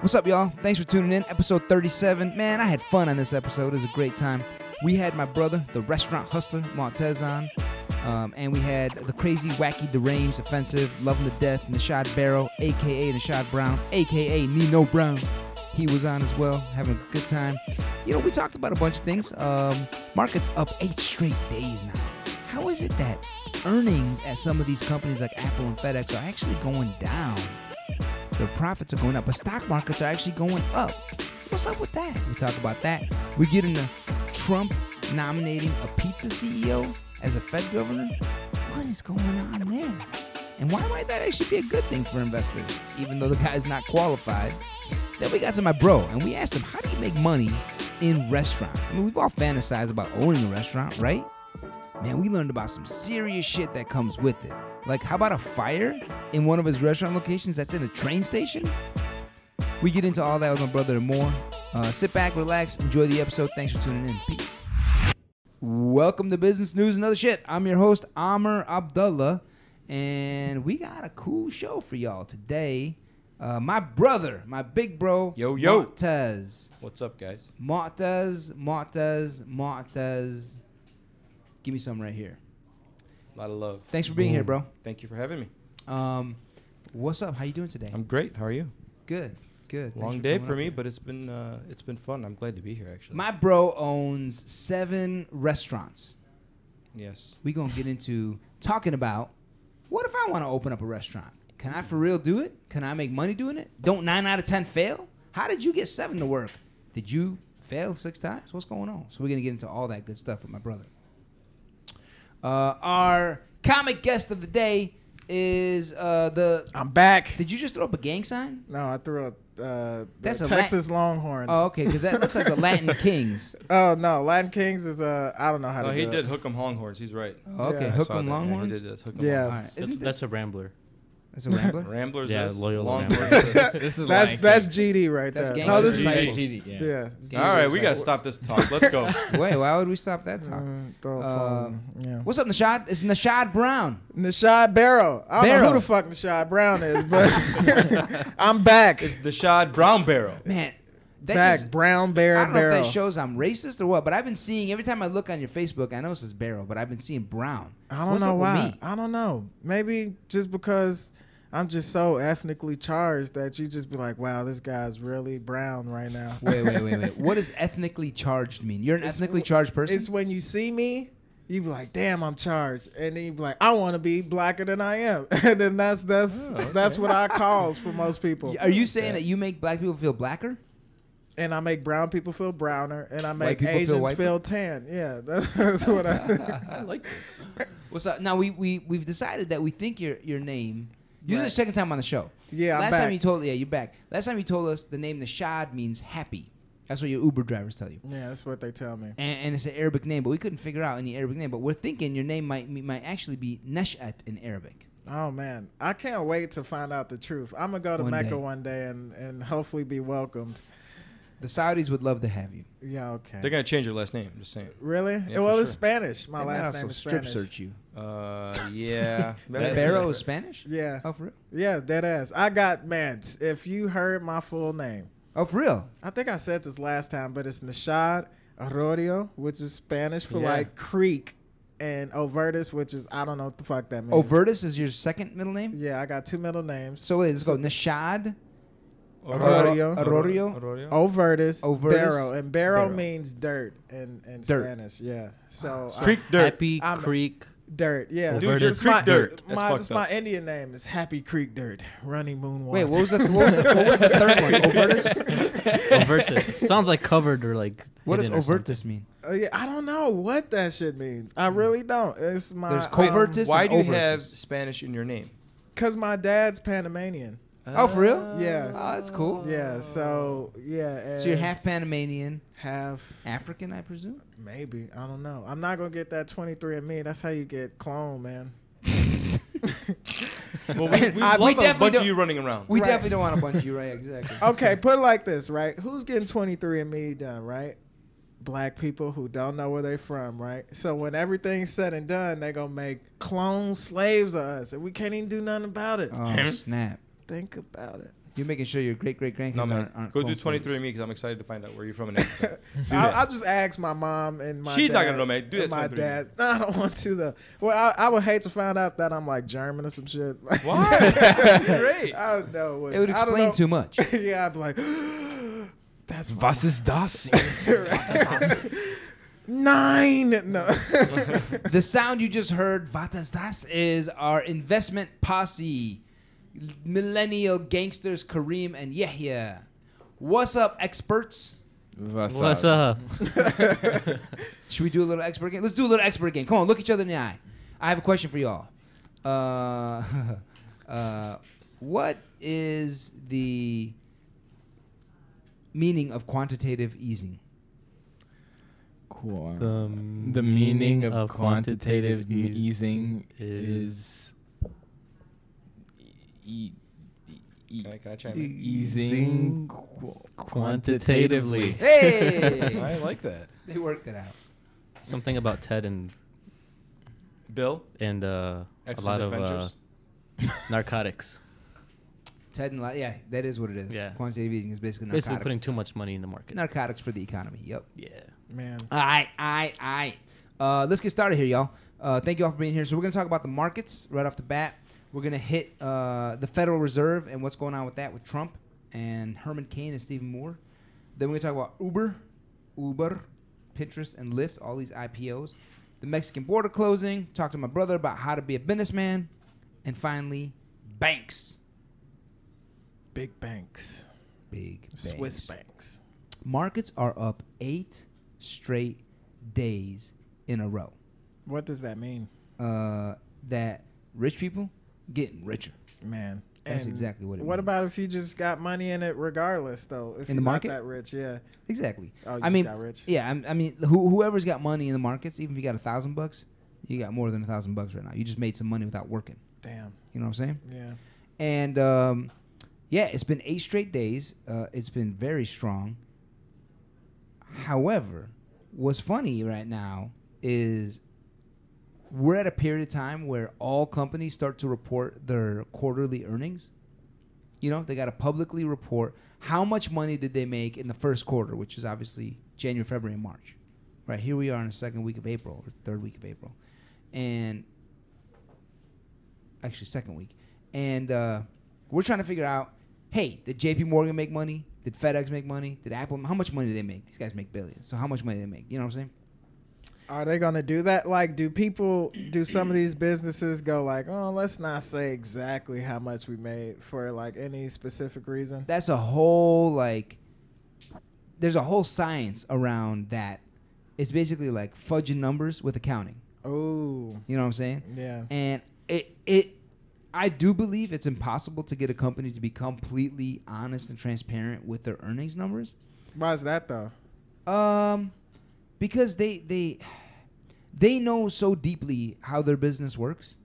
What's up, y'all? Thanks for tuning in. Episode 37. Man, I had fun on this episode. It was a great time. We had my brother, the restaurant hustler, Montez, on. Um, and we had the crazy, wacky, deranged, offensive, loving to death, Nashad Barrow, a.k.a. Nashad Brown, a.k.a. Nino Brown. He was on as well, having a good time. You know, we talked about a bunch of things. Um, markets up eight straight days now. How is it that earnings at some of these companies like Apple and FedEx are actually going down? their profits are going up, but stock markets are actually going up. What's up with that? We talk about that. We get into Trump nominating a pizza CEO as a Fed governor. What is going on there? And why might that actually be a good thing for investors, even though the guy's not qualified? Then we got to my bro, and we asked him, how do you make money in restaurants? I mean, we've all fantasized about owning a restaurant, right? Man, we learned about some serious shit that comes with it. Like, how about a fire in one of his restaurant locations that's in a train station? We get into all that with my brother and more. Uh, sit back, relax, enjoy the episode. Thanks for tuning in. Peace. Welcome to Business News and Other Shit. I'm your host, Amr Abdullah, and we got a cool show for y'all today. Uh, my brother, my big bro, Yo, yo. Montez. What's up, guys? Montez, Montez, Montez. Give me some right here. A lot of love. Thanks for being here, bro. Thank you for having me. Um, what's up? How you doing today? I'm great. How are you? good. Good. Thanks Long day coming for up me, here. but it's been uh, it's been fun. I'm glad to be here, actually. my bro owns seven restaurants. yes. We gonna get into talking about what if I want to open up a restaurant? Can I for real do it? Can I make money doing it? Don't nine out of ten fail? How did you get seven to work? Did you fail six times? What's going on? So we're gonna get into all that good stuff with my brother. Uh, our comic guest of the day is uh, the. I'm back. Did you just throw up a gang sign? No, I threw up uh, That's That's a Lat- Texas Longhorns. Oh, okay, because that looks like the Latin Kings. Oh no, Latin Kings is uh I don't know how No, to. Oh, he do did It. hook 'em Longhorns. He's right. Oh, Okay, Yeah, I hook saw 'em that. Yeah, he Longhorns. did this. Hook 'em Yeah. All Longhorns. right, That's, isn't that's this a rambler. that's a rambler? Ramblers. Yeah, this, Loyola Longhorns. Ramblers. this. is That's Lion that's GD right That's there. gang No, sign. this is Gang yeah. Disciples. GD, yeah. All right, we gotta stop this talk. Let's go. Wait, why would we stop that talk? Uh, throw Uh, uh, yeah. What's up, Nashad? It's Nashad Brown. Nashad Barrow. I don't know Barrow. who the fuck Nashad Brown is, but I'm back. it's the Shad Brown Barrel. Man, that back. just- Brown Bear I don't and know Barrow. if that shows I'm racist or what, but I've been seeing every time I look on your Facebook. I know it says Barrow, but I've been seeing Brown. I don't What's know up why. With me? I don't know. Maybe just because I'm just so ethnically charged that you just be like, wow, this guy's really brown right now. Wait, wait, wait, wait. What does ethnically charged mean? You're an ethnically charged person. It's when you see me, you be like, damn, I'm charged. And then you be like, I want to be blacker than I am. and then that's that's that's what I cause for most people. Oh, Are you saying that you make black people feel blacker? And I make brown people feel browner and I make people feel Asians white feel tan. Yeah, that's, that's what I I like this. What's up? Now we we we've decided that we think your your name. You're the Right. second time on the show. Yeah, I'm Last time back. you told yeah you're back. Last time you told us the name Nashad means happy. That's what your Uber drivers tell you. Yeah, that's what they tell me. And, and it's an Arabic name, but we couldn't figure out any Arabic name. But we're thinking your name might me- might actually be Neshat in Arabic. Oh man, I can't wait to find out the truth. I'm gonna go to One Mecca day. one day and and hopefully be welcomed. The Saudis would love to have you. Yeah, okay. They're gonna change your last name. I'm just saying. really? Yeah, well, for it's sure. Spanish. My They might last also name is strip Spanish. search you. Uh, yeah. That Barrow is Spanish. Yeah, Oh for real? yeah, that ass. I got man. If you heard my full name, Oh for real? I think I said this last time, but it's Nashad Arroyo, which is Spanish for Yeah. like creek, and Overtus, which is I don't know what the fuck that means. Overtus is your second middle name. Yeah, I got two middle names. So wait, let's go. Nashad. Arroyo. Arroyo. Arroyo. Overtus, Overtus, Barrow, and Barrow Barrow. means dirt in, in Dirt. Ah, Spanish. Yeah, so I- Creek Dirt. Happy I'm- Creek. dirt. Yeah, Dude, you're It's Creek my, Dirt. That's My, fucked it's my up. Indian name is Happy Creek Dirt. Running Moon Wait, Water. what was the what was the, what was the third one? Overtus. Overtus. Sounds like covered or like. What does hidden or something. overtus mean? Uh, yeah, I don't know what that shit means. I really don't. It's my Hmm. There's covertus um, Why and do you overtus. have Spanish in your name? Cause my dad's Panamanian. Oh, for real? Yeah. Oh, that's cool. Yeah. So Oh. yeah. And So you're half Panamanian, half. African, I presume. Maybe I don't know. I'm not gonna get that 23 and me. That's how you get clone, man. Well, we, we I- love Uh, we definitely a bunch don't- of you running around. We Right. definitely don't want a bunch of you, right? Exactly. Okay, put it like this, right? Who's getting 23 and me done, right? Black people who don't know where they from, right? So when everything's said and done, they gonna make Uh-huh. clone slaves of us, and we can't even do nothing about it. Oh snap! Think about it. You're making sure your great great grandkids No man, aren't, aren't go do clones. 23 me because I'm excited to find out where you're from and everything. Do I'll, that. I'll just ask my mom and my. She's dad, not gonna know, man. Do that and My 23andMe. dad. No, I don't want to though. Well, I, I would hate to find out that I'm like German or some shit. Why? That'd be great. I don't know. what- It would I don't explain know. too much. yeah, I'd be like, that's Was ist das? nine. No. the sound you just heard, Vatas Das, is our investment posse, millennial gangsters Kareem and Yehia. What's up, experts? Was What's up? Should we do a little expert game? Let's do a little expert game. Come on, look each other in the eye. I have a question for y'all. Uh, uh, what is the meaning of quantitative easing? Cool. The, The, meaning of, quantitative, easing is- is. E- e- Can I, can I chime in? easing qu- quantitatively. Hey, I like that. they worked it out. something about Ted and Bill, and uh, a excellent lot of uh, adventures. narcotics. Ted and Lot, yeah, that is what it is. Yeah. Quantitative easing is basically narcotics. Basically, putting too much money in the market. narcotics for the economy. Yep. yeah. Man. All right, all right, all right. Uh, let's get started here, y'all. Uh, thank you all for being here. So we're gonna talk about the markets right off the bat. We're gonna hit uh, the Federal Reserve and what's going on with that with Trump and Herman Cain and Stephen Moore. Then we're gonna talk about Uber, Uber, Pinterest, and Lyft. All these IPOs. The Mexican border closing. Talk to my brother about how to be a businessman, and finally, banks. Big banks. Big Swiss banks. banks. Markets are up eight straight days in a row. What does that mean, uh, that rich people getting richer. man? That's exactly what it What means. about if you just got money in it, regardless though? If In the you're market? not that rich, yeah. Exactly. Oh, you I just mean, got rich. yeah. I'm- I, mean, who, whoever's got money in the markets, even if you got a thousand bucks, you got more than a thousand bucks right now. You just made some money without working. Damn. You know what I'm saying? Yeah. And um, yeah, it's been eight straight days. Uh, it's been very strong. However, what's funny right now is we're at a period of time where all companies start to report their quarterly earnings. You know, they got to publicly report how much money did they make in the first quarter, which is obviously January, February, and March. Right here we are in the second week of April or third week of April, and actually second week, and uh, we're trying to figure out, hey, did J.P. Morgan make money? Did FedEx make money? Did Apple? How much money do they make? These guys make billions, so how much money do they make? You know what I'm saying? Are they gonna do that? Like, do people do some of these businesses go like, oh, let's not say exactly how much we made for like any specific reason? that's a whole like there's a whole science around that it's basically like fudging numbers with accounting Oh, you know what i'm saying yeah. and it it i do believe it's impossible to get a company to be completely honest and transparent with their earnings numbers Why is that though? um because they they they know so deeply how their business works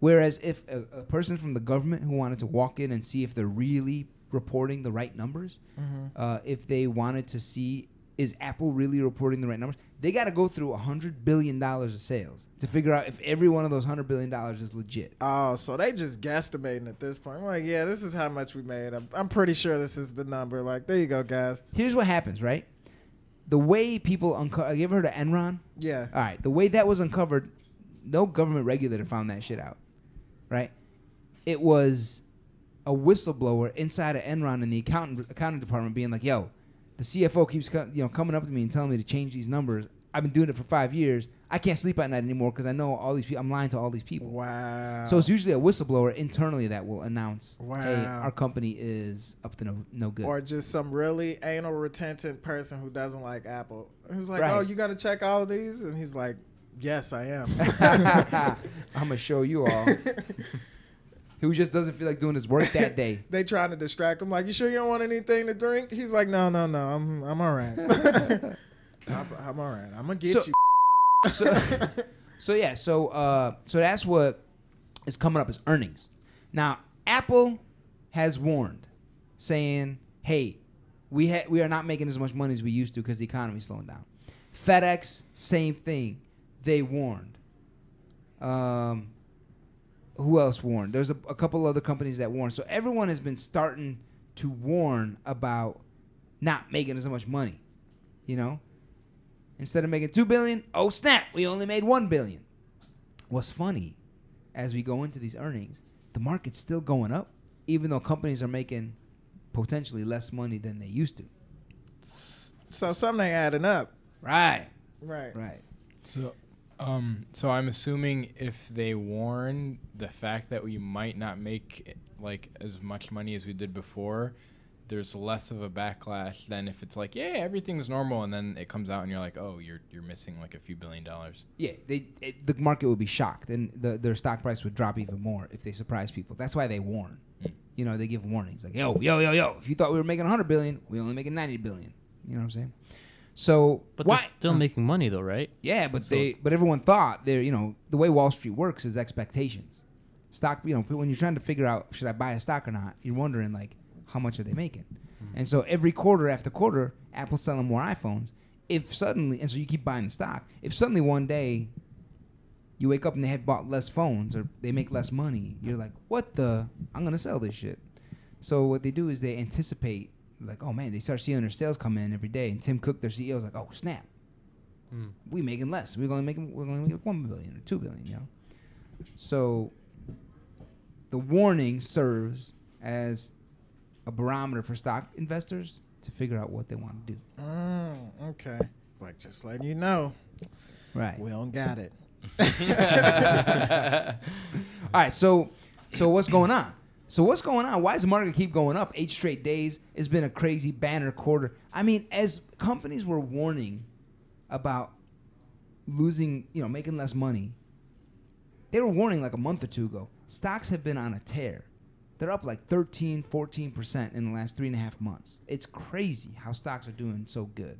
whereas if a, a person from the government who wanted to walk in and see if they're really reporting the right numbers Mm-hmm. uh, if they wanted to see is Apple really reporting the right numbers. They got to go through hundred billion dollars of sales to figure out if every one of those hundred billion dollars is legit. Oh, so they just guesstimating at this point. I'm like, yeah, this is how much we made. I'm, I'm pretty sure this is the number. Like, there you go, guys. Here's what happens, right? The way people uncover, you ever heard of Enron? Yeah. All right, the way that was uncovered, no government regulator found that shit out, right? It was a whistleblower inside of Enron in the accountant accounting department being like, "Yo, the CFO keeps co- you know coming up to me and telling me to change these numbers. I've been doing it for five years. I can't sleep at night anymore because I know all these people. I'm lying to all these people." Wow. So it's usually a whistleblower internally that will announce, "Hey, Wow. our company is up to no no good." or just some really anal retentive person who doesn't like Apple. Who's like, Right. oh, you gonna check all of these? And he's like, yes, I am. I'm gonna show you all who just doesn't feel like doing his work that day. they trying to distract him. Like, you sure you don't want anything to drink? He's like, no, no, no, I'm, I'm all right. I'm, I'm all right. I'm gonna get So- you. so, so yeah, so uh, so that's what is coming up is earnings. Now Apple has warned, saying, "Hey, we ha- we are not making as much money as we used to because the economy's slowing down." FedEx, same thing. They warned. Um, who else warned? There's a, a couple other companies that warned. So everyone has been starting to warn about not making as much money. You know, instead of making two billion, oh snap, we only made one billion. What's funny, as we go into these earnings, the market's still going up, even though companies are making potentially less money than they used to. So something ain't adding up. Right, Right. right. So, um, so I'm assuming if they warn the fact that we might not make like as much money as we did before, there's less of a backlash than if it's like, yeah, everything's normal, and then it comes out and you're like, oh, you're you're missing like a few billion dollars. Yeah, they it, the market would be shocked, and the, their stock price would drop even more if they surprise people. That's why they warn. You know, they give warnings like, "Yo, yo, yo, yo! If you thought we were making 100 billion, we only making 90 billion." You know what I'm saying? So, But why? they're still Uh, making money though, right? yeah, but so- they, but everyone thought they're, you know, the way Wall Street works is expectations. Stock, you know, when you're trying to figure out should I buy a stock or not, you're wondering like, how much are they making? And so every quarter after quarter, Apple's selling more iPhones. If suddenly, and so you keep buying the stock. If suddenly one day you wake up and they have bought less phones or they make less money. You're like, what the? I'm gonna sell this shit. So what they do is they anticipate, like, oh man, they start seeing their sales come in every day. And Tim Cook, their CEO, is like, oh snap, Hmm. Mm. we making less. We're gonna make we're gonna make one billion or two billion, you know. So the warning serves as a barometer for stock investors to figure out what they want to do. Mm, okay. Like just letting you know, Right. we don't got it. Mm-hmm. All right, so so what's going on? So what's going on? Why does the market keep going up eight straight days? It's been a crazy banner quarter. I mean, as companies were warning about losing, you know, making less money, they were warning like a month or two ago. Stocks have been on a tear. They're up like 13, 14% in the last three and a half months. It's crazy how stocks are doing so good.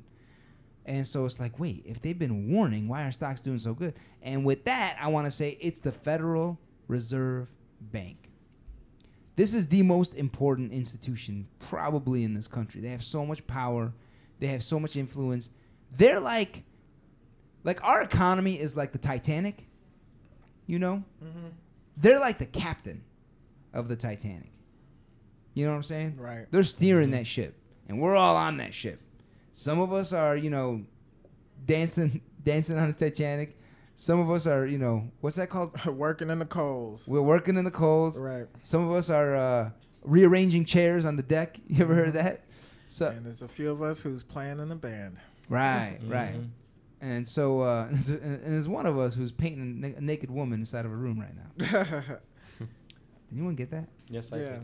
And so it's like, wait, if they've been warning, why are stocks doing so good? And with that, I want to say it's the Federal Reserve Bank. This is the most important institution probably in this country. They have so much power, they have so much influence. They're like like our economy is like the Titanic, you know? Mm-hmm. They're like the captain of the Titanic. You know what I'm saying? Right. Mm-hmm. They're steering that ship, and we're all on that ship. Some of us are, you know, dancing, dancing on the Titanic. Some of us are, you know, what's that called? Working in the coals. We're working in the coals. Right. Some of us are uh, rearranging chairs on the deck. You ever heard Mm-hmm. of that? So And there's a few of us who's playing in the band. right, Mm-hmm. right. And so, uh, and there's- and there's one of us who's painting a na- a naked woman inside of a room right now. yes. Did anyone get that? Yes, I did.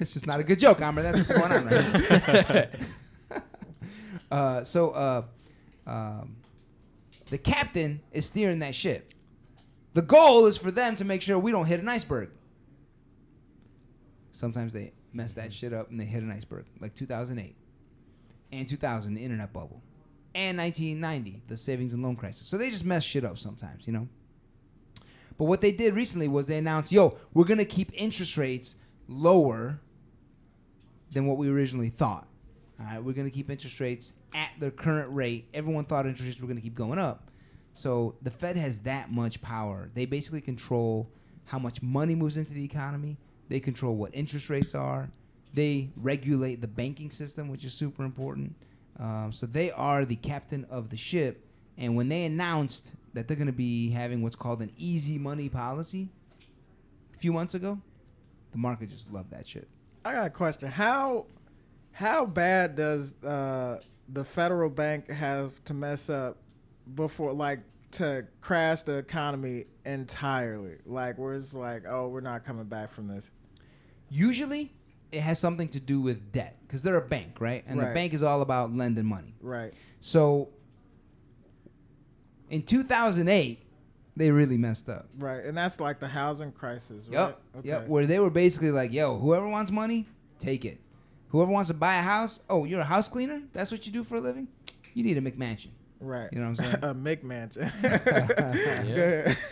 it's just not a good joke, Amber. That's what's going on right now. Uh, so uh, um, the captain is steering that ship. The goal is for them to make sure we don't hit an iceberg. Sometimes they mess that shit up and they hit an iceberg, like 2008 and 2000, the internet bubble, and 1990, the savings and loan crisis. So they just mess shit up sometimes, you know. But what they did recently was they announced, "Yo, we're gonna keep interest rates lower than what we originally thought." All right, we're going to keep interest rates at their current rate. Everyone thought interest rates were going to keep going up. So the Fed has that much power. They basically control how much money moves into the economy, they control what interest rates are, they regulate the banking system, which is super important. Um, so they are the captain of the ship. And when they announced that they're going to be having what's called an easy money policy a few months ago, the market just loved that shit. I got a question. How how bad does uh, the federal bank have to mess up before like to crash the economy entirely? Like where it's like, oh, we're not coming back from this. usually it has something to do with debt because they're a bank right and the Right. bank is all about lending money Right. so in 2008 they really messed up Right. And that's like the housing crisis, right? yep yep where they were basically like yo whoever wants money take it whoever wants to buy a house oh you're a house cleaner that's what you do for a living you need a mcmansion Right. you know what i'm saying a Mick mansion. Go ahead.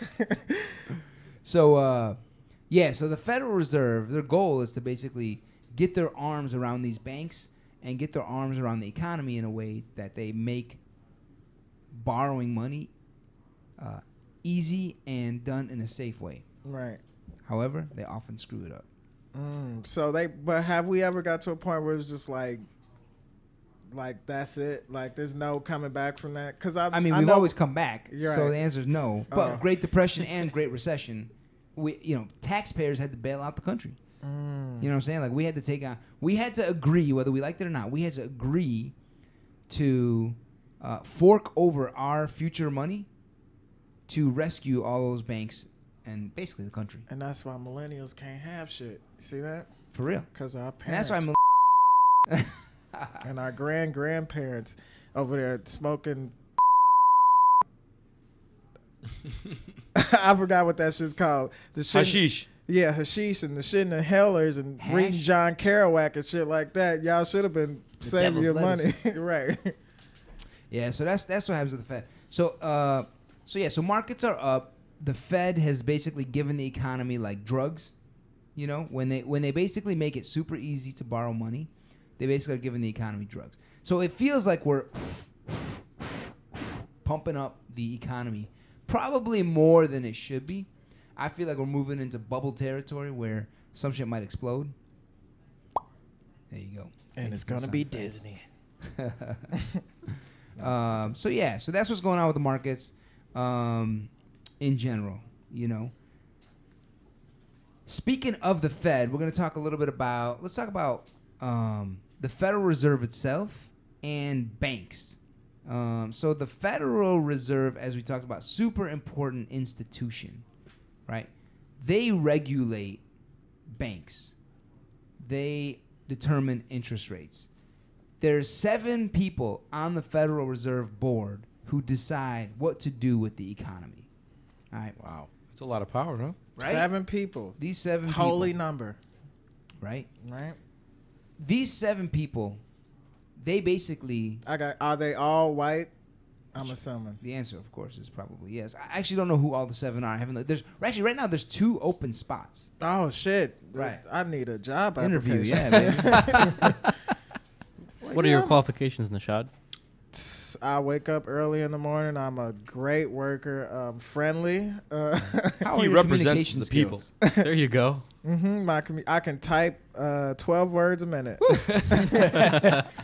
So uh, yeah, so the Federal Reserve, their goal is to basically get their arms around these banks and get their arms around the economy in a way that they make borrowing money uh, easy and done in a safe way. right. However, they often screw it up. Mm, so they, but have we ever got to a point where it's just like, like that's it? Like there's no coming back from that? Because Um, I, I mean, we've know- always come back, You're so right. the answer is no. But Oh. Great Depression and Great Recession, we you know taxpayers had to bail out the country. Mm, You know what I'm saying? Like we had to take on, we had to agree whether we liked it or not. We had to agree to uh, fork over our future money to rescue all those banks and basically the country and that's why millennials can't have shit. See that? for real. Because our And parents that's why I'm. and our grand grandparents over there smoking. I forgot what that shit's called. The shit, Hashish. yeah, hashish and the shit in the hellers and reading Hash. John Kerouac and shit like that. Y'all should have been The saving devil's your money, lettuce. right? Yeah, so that's that's what happens with the Fed. So uh, so yeah, so markets are up. The Fed has basically given the economy like drugs. You know, when they when they basically make it super easy to borrow money, they basically are giving the economy drugs. So it feels like we're pumping up the economy, probably more than it should be. I feel like we're moving into bubble territory where some shit might explode. There you go. And it's Make it gonna be sound effect. Disney. um, so yeah, so that's what's going on with the markets um, in general. You know. Speaking of the Fed, we're going to talk a little bit about. Let's talk about um, the Federal Reserve itself and banks. Um, so the Federal Reserve, as we talked about, super important institution, right? They regulate banks. They determine interest rates there's seven people on the Federal Reserve Board who decide what to do with the economy. All right, Wow. That's a lot of power, huh? Right? Seven people, these seven holy people, number, right? right? These seven people, they basically I got. Are they all white? I'm assuming. the answer, of course, is probably yes. I actually don't know who all the seven are. I haven't. looked. There's actually right now there's two open spots. Oh shit! Right. I need a job Interview, yeah, application. What are your Yeah. qualifications, Nishad? I wake up early in the morning. I'm a great worker. i friendly. Uh, How are He your represents communication the people. skills? there you go. mhm, my commu- I can type uh, 12 words a minute.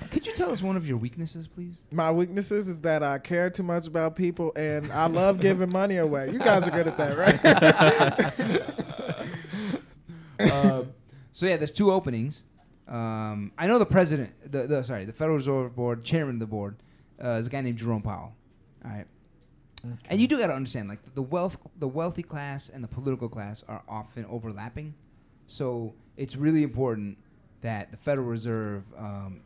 Could you tell us one of your weaknesses, please? my weaknesses is that I care too much about people and I love giving money away. You guys are good at that, right? Um, so yeah, there's two openings. Um, I know the president, the, the sorry, the Federal Reserve Board chairman of the board uh, is a guy named Jerome Powell. All right, and you do got to understand, like the wealth, the wealthy class and the political class are often overlapping, so it's really important that the Federal Reserve, um,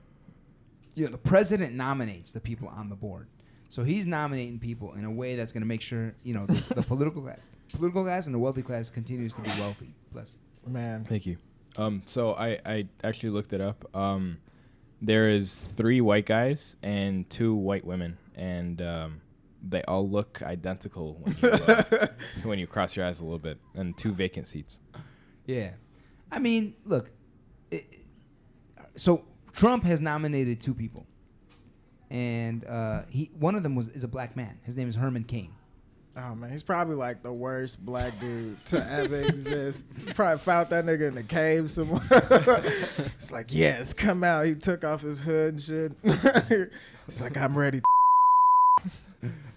you know, the president nominates the people on the board. So he's nominating people in a way that's going to make sure you know the, the political class, political class, and the wealthy class continues to be wealthy. Bless. Man, Thank you. Um, so I, I actually looked it up. Um, there is three white guys and two white women, and um, they all look identical when you, uh, when you cross your eyes a little bit, and two vacant seats. Yeah, I mean, look, it, so Trump has nominated two people, and uh, he one of them was is a black man. His name is Herman Cain. oh man, he's probably like the worst black dude to ever exist. Probably found that nigga in the cave somewhere. it's like, yes, come out. He took off his hood and shit. it's like, I'm ready.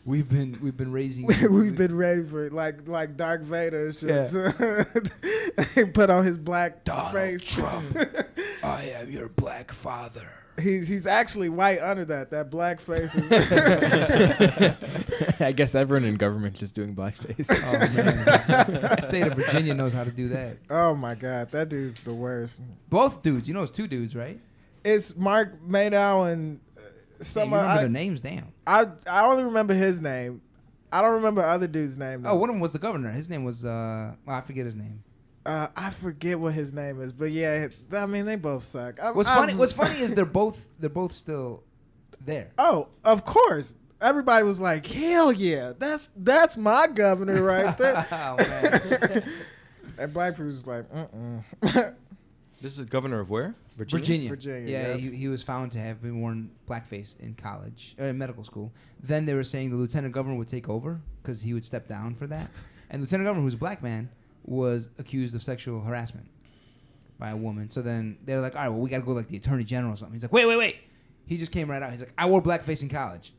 We've been we've been raising. We- We've been ready for it, like like Dark Vader and shit. he put on his black face. I am your black father. he's he's actually white under that. That black face is I guess everyone in government just doing blackface. Oh man, state of Virginia knows how to do that. Oh my god, that dude's the worst. Both dudes, you know, it's two dudes, right? It's Mark Madow and uh, Damn, you someone remember their I, names down. I I only remember his name. I don't remember other dude's name. Oh, though. one of them was the governor. His name was uh, well, I forget his name. Uh, I forget what his name is, but yeah, I mean they both suck. I, What's I'm- funny? What's funny is they're both they're both still there. Oh, of course. Everybody was like, "Hell yeah, that's that's my governor right Oh, man. there." and Black Bruce was like, "Mm-mm." This is the governor of where? Virginia. Virginia, Yeah, yep. he, he was found to have been worn blackface in college or in medical school. Then they were saying the lieutenant governor would take over because he would step down for that. And lieutenant governor, who's a black man, was accused of sexual harassment by a woman. So then they're like, all right, well, we got to go like the attorney general or something. He's like, wait, wait, wait. He just came right out. He's like, I wore blackface in college.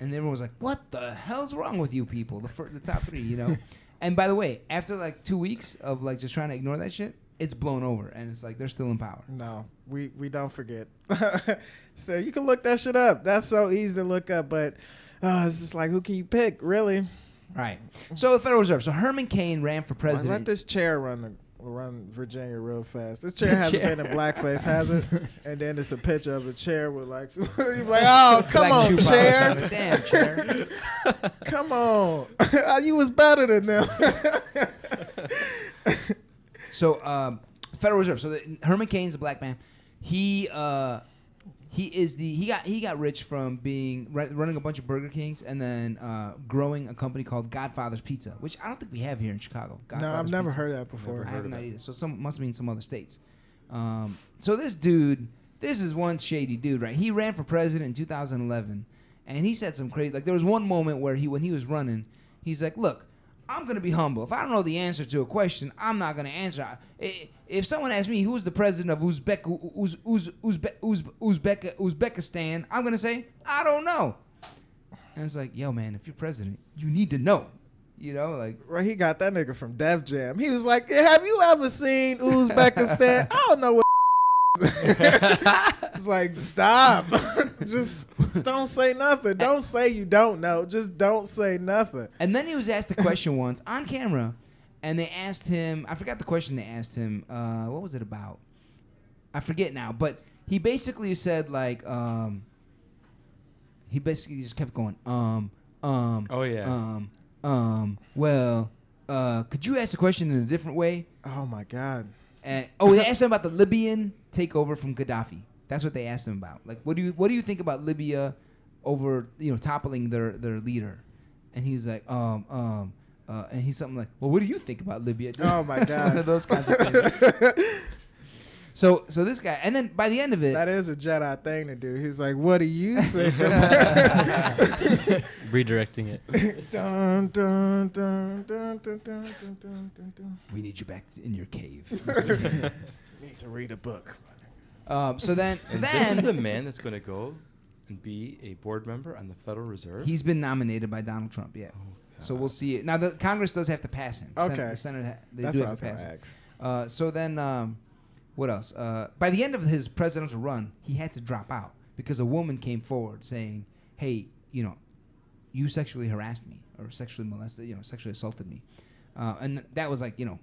And everyone was like, what the hell's wrong with you people? The, fir- the top three, you know? and by the way, after like two weeks of like just trying to ignore that shit, it's blown over. And it's like, they're still in power. No, we we don't forget. so you can look that shit up. That's so easy to look up, but uh, it's just like who can you pick really? Right. So the Federal Reserve. So Herman Cain ran for president. Let this chair run the run Virginia real fast. This chair hasn't chair. been in blackface, has it? And then it's a picture of a chair with like you're like, oh come Black on shoe polish on chair, it. Damn, chair. come on, you was better than them. So um, Federal Reserve. So the, Herman Cain's a black man. He uh, he is the he got he got rich from being ru- running a bunch of Burger Kings and then uh, growing a company called Godfather's Pizza, which I don't think we have here in Chicago. no, I've Godfather's never Pizza. heard that before. I have not either. So some must mean some other states. Um, so this dude, this is one shady dude, right? He ran for president in 2011, and he said some crazy. Like there was one moment where he, when he was running, he's like, "Look, I'm gonna be humble. If I don't know the answer to a question, I'm not gonna answer. I- i- If someone asks me who's the president of Uzbek, Uz, Uz, Uzbe- Uz, Uzbek, Uzbekistan, I'm gonna say I don't know." And it's like, yo, man, if you're president, you need to know. You know, like Right, he got that nigga from Def Jam. He was like, "Have you ever seen Uzbekistan? I don't know what." it's like stop, just don't say nothing. Don't say you don't know. Just don't say nothing. And then he was asked a question once on camera, and they asked him. I forgot the question they asked him. Uh, what was it about? I forget now. But he basically said like, um, he basically just kept going, um, um, Oh, yeah. um, um. Well, uh, could you ask the question in a different way? Oh my god, And oh, they asked him about the Libyan takeover from Gaddafi. That's what they asked him about. Like, what do you what do you think about Libya over you know toppling their their leader? And he's like, um, um, uh, and he's something like, well, what do you think about Libya? dude?" Oh, my God. One of those kinds of things. So so this guy, and then by the end of it, that is a Jedi thing to do. He's like, "What do you think?" Redirecting it. dun, dun, dun, dun, dun, dun, dun, dun, dun, dun. we need you back in your cave. Need to read a book. um, so then so and this is the then man that's going to go and be a board member on the Federal Reserve. he's been nominated by Donald Trump. Yeah. So we'll see it now. The Congress does have to pass him. The Sen- Oh, Okay. the Senate ha- they That's do what I have was to pass gonna him. ask. Uh, so then, um, what else? Uh, by the end of his presidential run, he had to drop out because a woman came forward saying, "Hey, you know, you sexually harassed me or sexually molested, you know, sexually assaulted me," uh, and that was like, you know,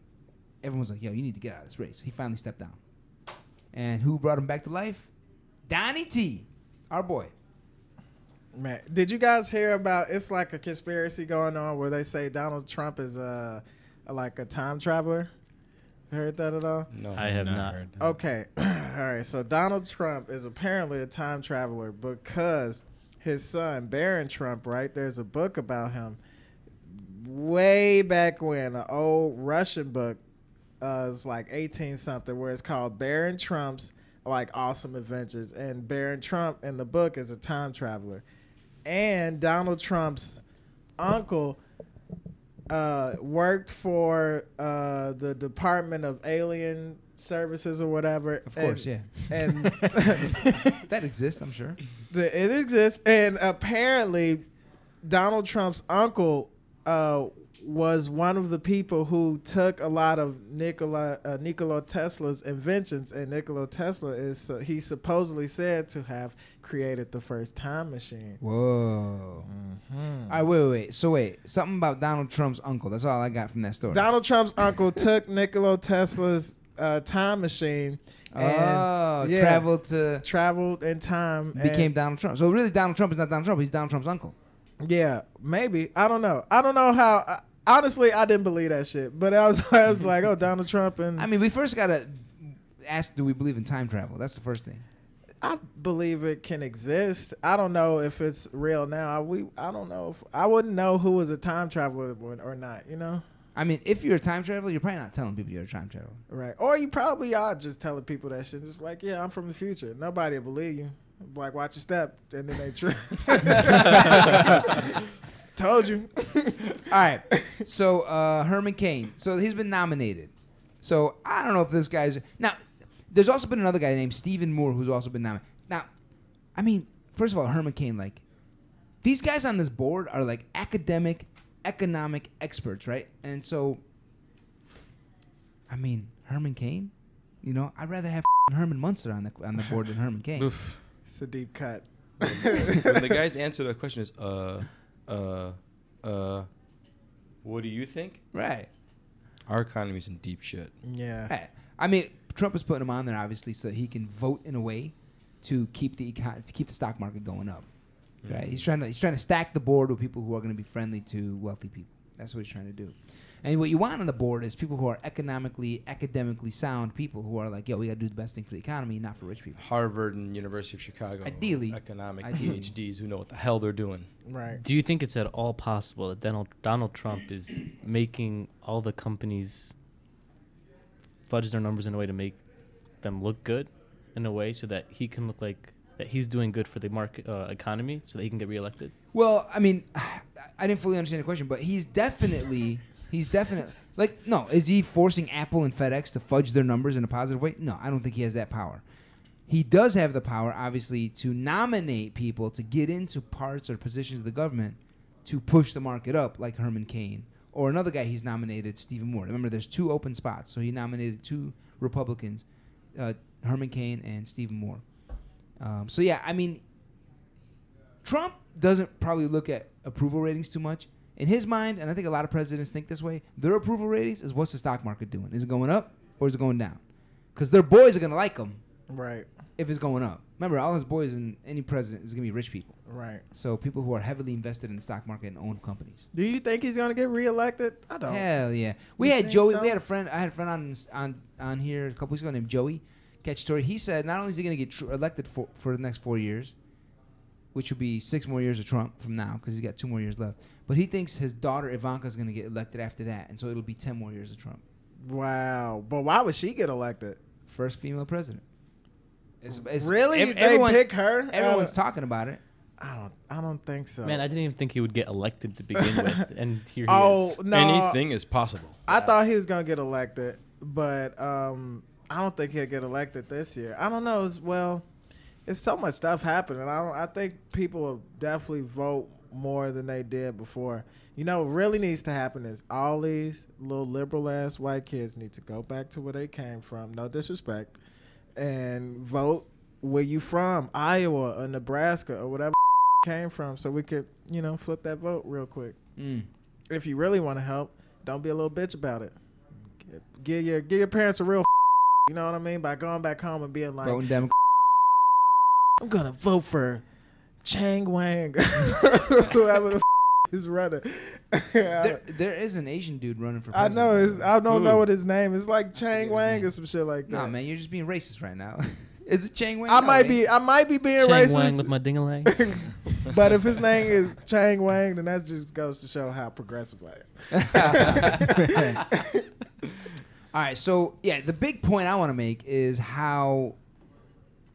everyone was like, "Yo, you need to get out of this race." He finally stepped down, and who brought him back to life? Donnie T, our boy. Man, did you guys hear about? It's like a conspiracy going on where they say Donald Trump is uh like a time traveler. Heard that at all? no, I have Not not. heard. Okay, all right. So Donald Trump is apparently a time traveler because his son Barron Trump, right? There's a book about him way back when, an old Russian book, uh, it's like 18 something, where it's called Barron Trump's like awesome adventures, and Barron Trump in the book is a time traveler, and Donald Trump's uncle uh, worked for uh, the Department of Alien Services or whatever. Of course, and, yeah, And that exists, I'm sure. the- it exists, and apparently, Donald Trump's uncle uh, was one of the people who took a lot of Nikola uh, Nikola Tesla's inventions, and Nikola Tesla is uh, he supposedly said to have created the first time machine. Whoa. All right, wait, wait, wait. So wait, something about Donald Trump's uncle. That's all I got from that story. Donald Trump's uncle took Nikola Tesla's uh, time machine Oh, and yeah, traveled to traveled in time and- became Donald Trump. So really, Donald Trump is not Donald Trump. He's Donald Trump's uncle. Yeah, maybe. I don't know. I don't know how. I, honestly, I didn't believe that shit. But I was, I was like, oh, Donald Trump, and I i mean, we first gotta ask, do we believe in time travel? That's the first thing. believe it can exist. I don't know if it's real now. I, we, I don't know. If, I wouldn't know who was a time traveler or or not. You know, I mean, if you're a time traveler, you're probably not telling people you're a time traveler. right? Or you probably are just telling people that shit. Just like, yeah, I'm from the future. Nobody will believe you. Like, watch your step, and then they trip. Told you. All right. So uh, Herman Cain. So he's been nominated. So I don't know if this guy's now. There's also been another guy named Stephen Moore who's also been nominated. Now, I mean, first of all, Herman Cain. Like these guys on this board are like academic, economic experts, right? And so, I mean, Herman Cain. You know, I'd rather have Herman Munster on the on the board than Herman Cain. Oof. It's a deep cut. when the guy's answer to the question is, uh, uh, uh, what do you think? right. Our economy's in deep shit. Yeah. Right. I mean, Trump is putting him on there obviously so that he can vote in a way to keep the econ- to keep the stock market going up. Right? He's trying to he's trying to stack the board with people who are going to be friendly to wealthy people. That's what he's trying to do. And what you want on the board is people who are economically, academically sound people who are like, yo, we got to do the best thing for the economy, not for rich people. Harvard and University of Chicago. Ideally. Economic Ideally. PhDs who know what the hell they're doing. Right. Do you think it's at all possible that Donald, Donald Trump is making all the companies fudge their numbers in a way to make them look good in a way so that he can look like that he's doing good for the market uh, economy so that he can get reelected? Well, I mean, I didn't fully understand the question, but he's definitely he's definitely like no, is he forcing Apple and FedEx to fudge their numbers in a positive way? No, I don't think he has that power. He does have the power obviously to nominate people to get into parts or positions of the government to push the market up like Herman Cain or another guy he's nominated, Stephen Moore. Remember there's two open spots, so he nominated two Republicans, uh, Herman Cain and Stephen Moore. Um, so yeah, I mean, Trump doesn't probably look at approval ratings too much. In his mind, and I think a lot of presidents think this way, their approval ratings is what's the stock market doing? Is it going up or is it going down? Because their boys are going to like him Right. if it's going up. Remember, all his boys and any president is going to be rich people. Right. So people who are heavily invested in the stock market and own companies. Do you think he's gonna get reelected? I don't. Hell yeah. We You had think Joey. so? We had a friend. I had a friend on on on here a couple weeks ago named Joey Catch Story. He said not only is he going to get tr- elected for for the next four years, which would be six more years of Trump from now because he's got two more years left, but he thinks his daughter Ivanka is going to get elected after that, and so it'll be ten more years of Trump, Wow. But why would she get elected? first female president. It's, it's- really? ev- they everyone, pick her? everyone's Uh, talking about it. I don't. I don't think so. Man, I didn't even think he would get elected to begin with, and here he oh is. no. Anything is possible. I thought he was gonna get elected, but um, I don't think he'll get elected this year. I don't know. It's, well, it's so much stuff happening. I don't. I think people will definitely vote more than they did before. You know, what really needs to happen is all these little liberal ass white kids need to go back to where they came from. No disrespect, and vote where you from, Iowa or Nebraska or whatever came from, so we could you know flip that vote real quick Mm. if you really want to help, don't be a little bitch about it. Get, give your give your parents a real, you know what I mean, by going back home and being like, Voting Democrat. I'm gonna vote for Chang Wang, whoever the is running. There, there is an Asian dude running for I president. know his, I don't know Who? what his name. is. like Chang Wang or some shit like that. Nah, man, you're just being racist right now. is it Chang Wei? I might be I might be being Chang racist, Wang with my ding-a-lang. but if his name is Chang Wang, then that just goes to show how progressive I am. All right, so yeah, the big point I want to make is how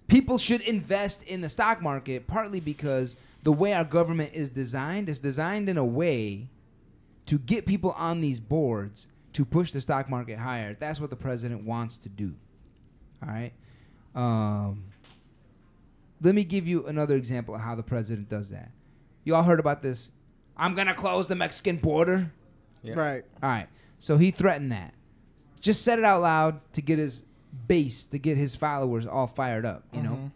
people should invest in the stock market, partly because the way our government is designed is designed in a way to get people on these boards to push the stock market higher. That's what the president wants to do. All right. Um, let me give you another example of how the president does that. You all heard about this. I'm going to close the Mexican border. Yeah. Right. All right. So he threatened that. Just said it out loud to get his base, to get his followers all fired up, you know?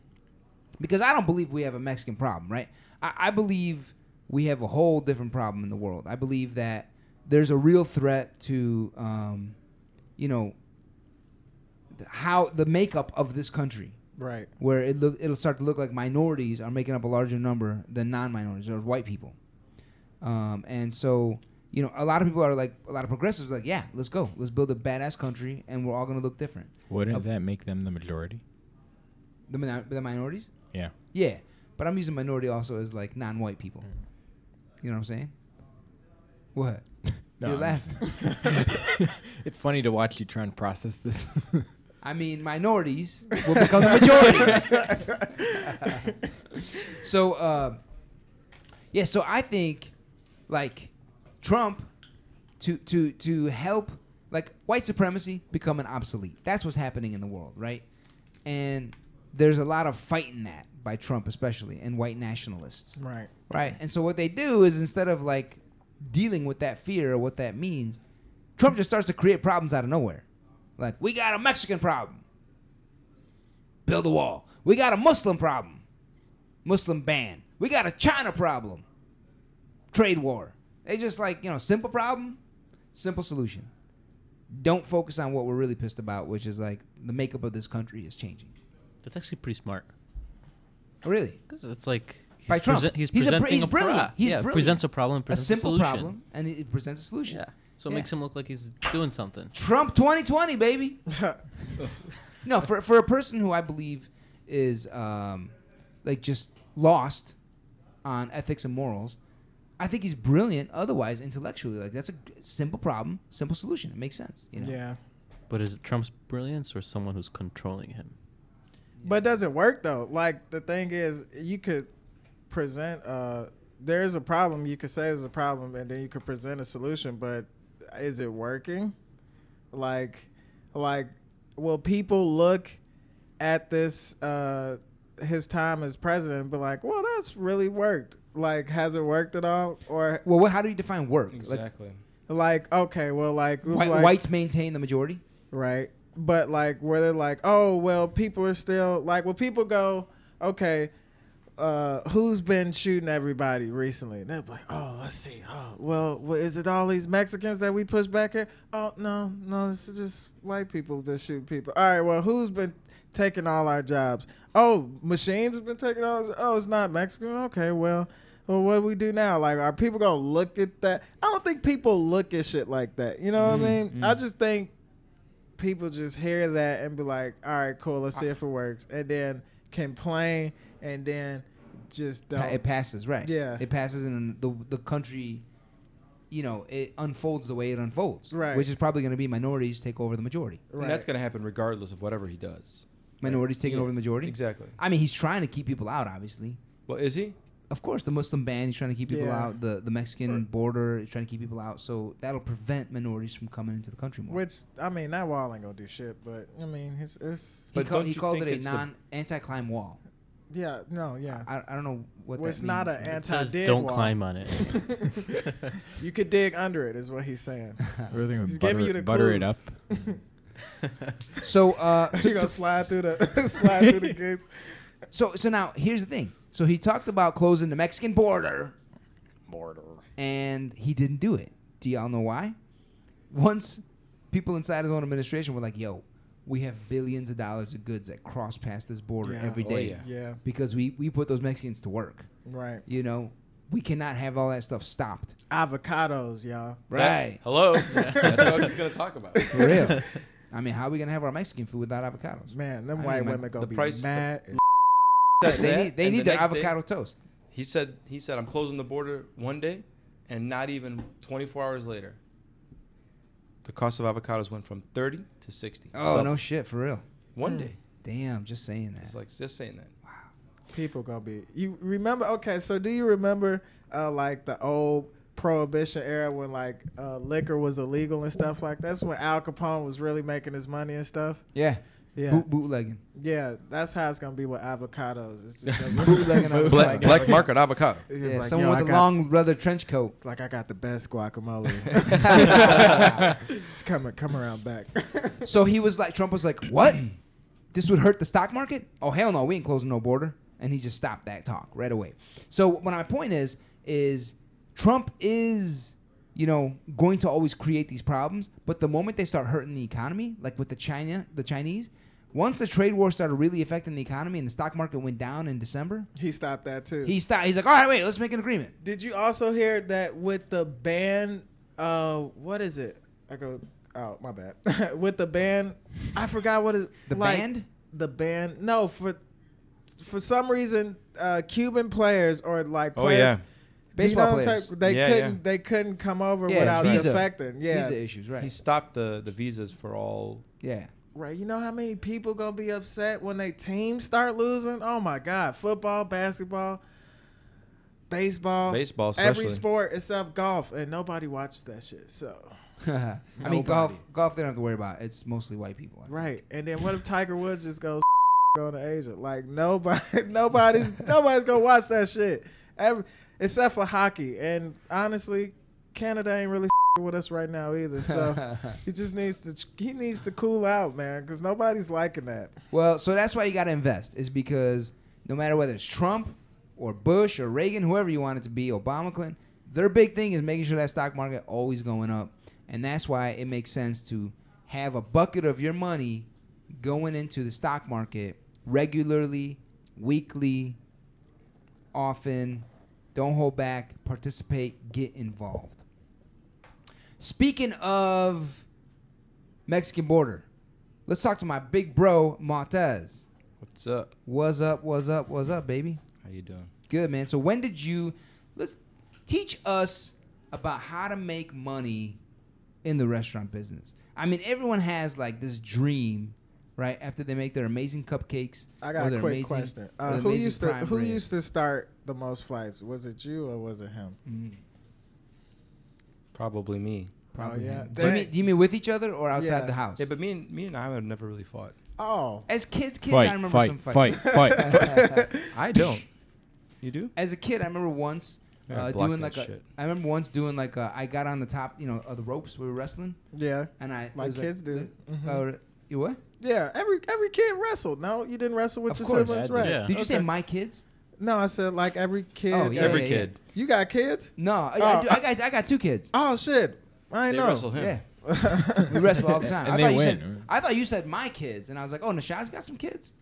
Because I don't believe we have a Mexican problem, right? I, I believe we have a whole different problem in the world. I believe that there's a real threat to, um, you know, th- how the makeup of this country Right. where it look it'll start to look like minorities are making up a larger number than non-minorities or white people. Um, and so you know a lot of people are like a lot of progressives are like yeah let's go let's build a badass country and we're all gonna look different. Wouldn't that make them the majority? The, minor- the minorities, Yeah. yeah, but I'm using minority also as like non-white people. You know what I'm saying? What? You're Mm. I'm just- it's funny to watch you try and process this. I mean, minorities will become the majority. so, uh, yeah, so I think like Trump to to to help like white supremacy becoming obsolete. That's what's happening in the world, right? And there's a lot of fighting that by Trump, especially and white nationalists. Right. Right. And so what they do is instead of like dealing with that fear or what that means, Trump just starts to create problems out of nowhere. Like, we got a Mexican problem. Build a wall. We got a Muslim problem. Muslim ban. We got a China problem. Trade war. They just like, you know, simple problem, simple solution. Don't focus on what we're really pissed about, which is like the makeup of this country is changing. That's actually pretty smart. Really? Because it's like he's By Trump. presen- he's He's a br- presenting he's a pro- brilliant. He's yeah, brilliant. presents a problem. A Presents a, simple solution. problem, and it it presents a solution. Yeah. So it Yeah. makes him look like he's doing something. Trump 2020, baby. no, for for a person who I believe is um, like just lost on ethics and morals, I think he's brilliant. Otherwise, intellectually, like that's a g- simple problem, simple solution. It makes sense. You know? Yeah. But is it Trump's brilliance or someone who's controlling him? But does it work though? Like the thing is, you could present. Uh, there is a problem. You could say there's a problem, and then you could present a solution. But is it working? Like, like, will people look at this uh, his time as president and be like, "Well, that's really worked." Like, has it worked at all? Or Well, what, how do you define work? Like Exactly. like, okay, well, like, whi- like whites maintain the majority. right? But like where they're like, oh well, people are still like, well, people go, okay, uh, who's been shooting everybody recently? And they're like, oh, let's see, oh, well, wha- is it all these Mexicans that we push back here? Oh no, no, this is just white people that shoot people. All right, well, who's been taking all our jobs? Oh, machines have been taking all. Oh, it's not Mexican. Okay, well. Well, what do we do now? Like, are people gonna look at that? I don't think people look at shit like that. You know what I mean? I just think people just hear that and be like, all right, cool, let's see if it works. And then complain and then just Pa- don't. It passes, right? Yeah. It passes, and the the country, you know, it unfolds the way it unfolds. Right. Which is probably going to be minorities take over the majority. Right. And that's gonna happen regardless of whatever he does. Minorities taking Yeah, over the majority. Exactly. I mean, he's trying to keep people out, obviously. Well, is he? Of course, the Muslim ban, he's trying to keep people Yeah. out. The the Mexican border, he's trying to keep people out. So that'll prevent minorities from coming into the country more. Which, I mean, that wall ain't gonna do shit, but I mean, it's, it's he But called, don't he you called think it a it's the- non anti climb wall. yeah, no, yeah. I, I don't know what Well, that it's not means, a but- anti- It says did don't walk. climb on it. you could dig under it, is what he's saying. Everything He's would giving butter, you the butter it clues. up. So uh, you gonna slide through the slide through the gates. so so now here's the thing. So he talked about closing the Mexican border, Border. and he didn't do it. Do y'all know why? Once people inside his own administration were like, "Yo, we have billions of dollars of goods that cross past this border Yeah. every Oh, day." yeah. Yeah, because we, we put those Mexicans to work. right. You know, we cannot have all that stuff stopped. Avocados, y'all. Right. That- hello. That's what I'm just gonna talk about. For real. I mean, how are we going to have our Mexican food without avocados? Man, them I white mean, my- women gonna the be price- mad. as Said They that, need, they and need the their next day- avocado toast. He said he said I'm closing the border one day, and not even 24 hours later, the cost of avocados went from 30 to 60. Oh, Double. no shit, for real. One day. Damn, just saying that. It's like just saying that. People gonna be. You remember? Okay, so do you remember uh, like the old prohibition era when like uh, liquor was illegal and stuff like that? that's when Al Capone was really making his money and stuff. yeah. Yeah, Boot, bootlegging. yeah, that's how it's gonna be with avocados. It's just gonna be Bootlegging avocados. Black, black market avocado. it's Yeah, like, someone yo, I with a got- long leather trench coat. It's like I got the best guacamole. just come come around back. So he was like, Trump was like, what? This would hurt the stock market? Oh, hell no, we ain't closing no border. And he just stopped that talk right away. So what my point is, is Trump is, you know, going to always create these problems. But the moment they start hurting the economy, like with the China, the Chinese, once the trade war started really affecting the economy and the stock market went down in December, he stopped that too. he stopped. He's like, all right, wait, let's make an agreement. Did you also hear that with the ban? Uh, what is it? I go. Oh, my bad. with the ban, I forgot what is The band? The ban. No, for for some reason, uh, Cuban players or like Oh, players, yeah. do you Baseball know what I'm players. talking- They Yeah, couldn't. yeah. They couldn't come over Yeah, without visa. affecting. Yeah, Visa issues, right? He stopped the, the visas for all. yeah. right. You know how many people gonna be upset when they teams start losing? Oh my God! Football, basketball. baseball, Baseball, every Oh, especially. sport except golf, and nobody watches that shit. So I mean, Nobody. golf, golf, they don't have to worry about. It's mostly white people. right, and then what if Tiger Woods just goes going to Asia? Like nobody, nobody's nobody's gonna watch that shit. Every, except for hockey, and honestly, Canada ain't really with us right now either. So. He just needs to he needs to cool out, man, because nobody's liking that. Well, so that's why you got to invest, is because no matter whether it's Trump or Bush or Reagan, whoever you want it to be, Obama, Clinton, their big thing is making sure that stock market always going up, and that's why it makes sense to have a bucket of your money going into the stock market regularly, weekly, often. Don't hold back. Participate. Get involved. Speaking of Mexican border, let's talk to my big bro Montez. What's up? What's up? What's up? What's up, baby? How you doing? Good man. So when did you? Let's teach us about how to make money in the restaurant business. I mean, everyone has like this dream, right? After they make their amazing cupcakes. I or got a their quick amazing- question. or Uh, their who amazing used to prime who rib. used to start the most flights? Was it you or was it him? Mm, Probably me. probably. Oh, yeah. him. Do you, mean, Dang. do you mean with each other or outside Yeah. the house? Yeah, but me and me and I have never really fought. Oh, as kids, kids, I Fight, remember some fight, fighting. fight, fight. I don't. You do? as a kid, I remember once Yeah, uh, block doing like that a. I shit. remember once doing like a. I got on the top, you know, of the ropes. We were wrestling, yeah, and I it like was kids do. Mhm. Oh, you what? yeah, every every kid wrestled. No, you didn't wrestle with Of your course. Yeah, I siblings, did. right? Yeah. Did you say Okay. my kids? No, I said like every kid. Oh, yeah, Every yeah, yeah. kid. You got kids? No, I, I, Oh. do, I got I got two kids. Oh shit, I They know. wrestle Oh, him. Yeah, we wrestle all the time. And I they thought you win, said right? I thought you said my kids, and I was like, oh, Nashad's got some kids.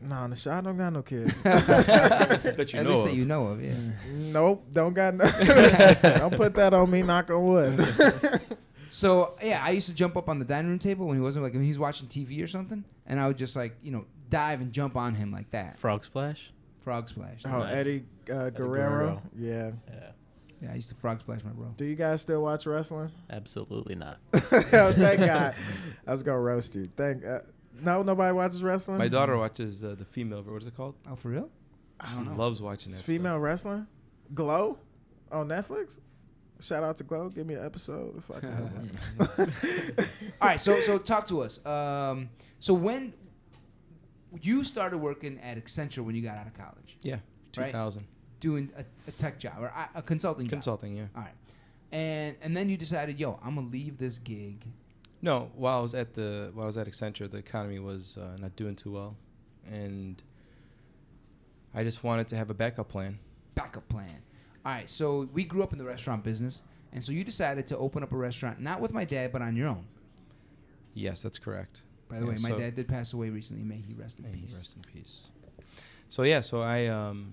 no, Nisha, I don't got no kids. That you At know least of. that you know of. Yeah. nope, don't got no. don't put that on me. Knock on wood. So yeah, I used to jump up on the dining room table when he wasn't like when he was watching TV or something, and I would just like you know dive and jump on him like that. Frog splash. Frog splash. Oh, Nice. Eddie uh, Guerrero. Guerrero. Yeah. Yeah, Yeah, I used to frog splash my bro. Do you guys still watch wrestling? Oh, absolutely not. Oh, Thank God. I was gonna roast you. Thank. Uh, no, nobody watches wrestling. My daughter watches uh, the female. What is it called? Oh, for real? She loves watching It's that. female wrestling. Glow on Netflix. Shout out to Glow. Give me an episode. If I can. All right, so so talk to us. Um, so when you started working at Accenture when you got out of college, Stuff. Yeah, Right. 2000 doing a, a tech job or a, a consulting job. Uh. consulting. Yeah. All right, and and then you decided, yo, I'm gonna leave this gig. No, while I was at the while I was at Accenture, the economy was uh, not doing too well, and I just wanted to have a backup plan. backup plan. All right, so we grew up in the restaurant business, and so you decided to open up a restaurant, not with my dad, but on your own. Yes, that's correct. By the Yeah, way, my so- dad did pass away recently. May he rest in May he peace. rest in peace. So yeah, so I um,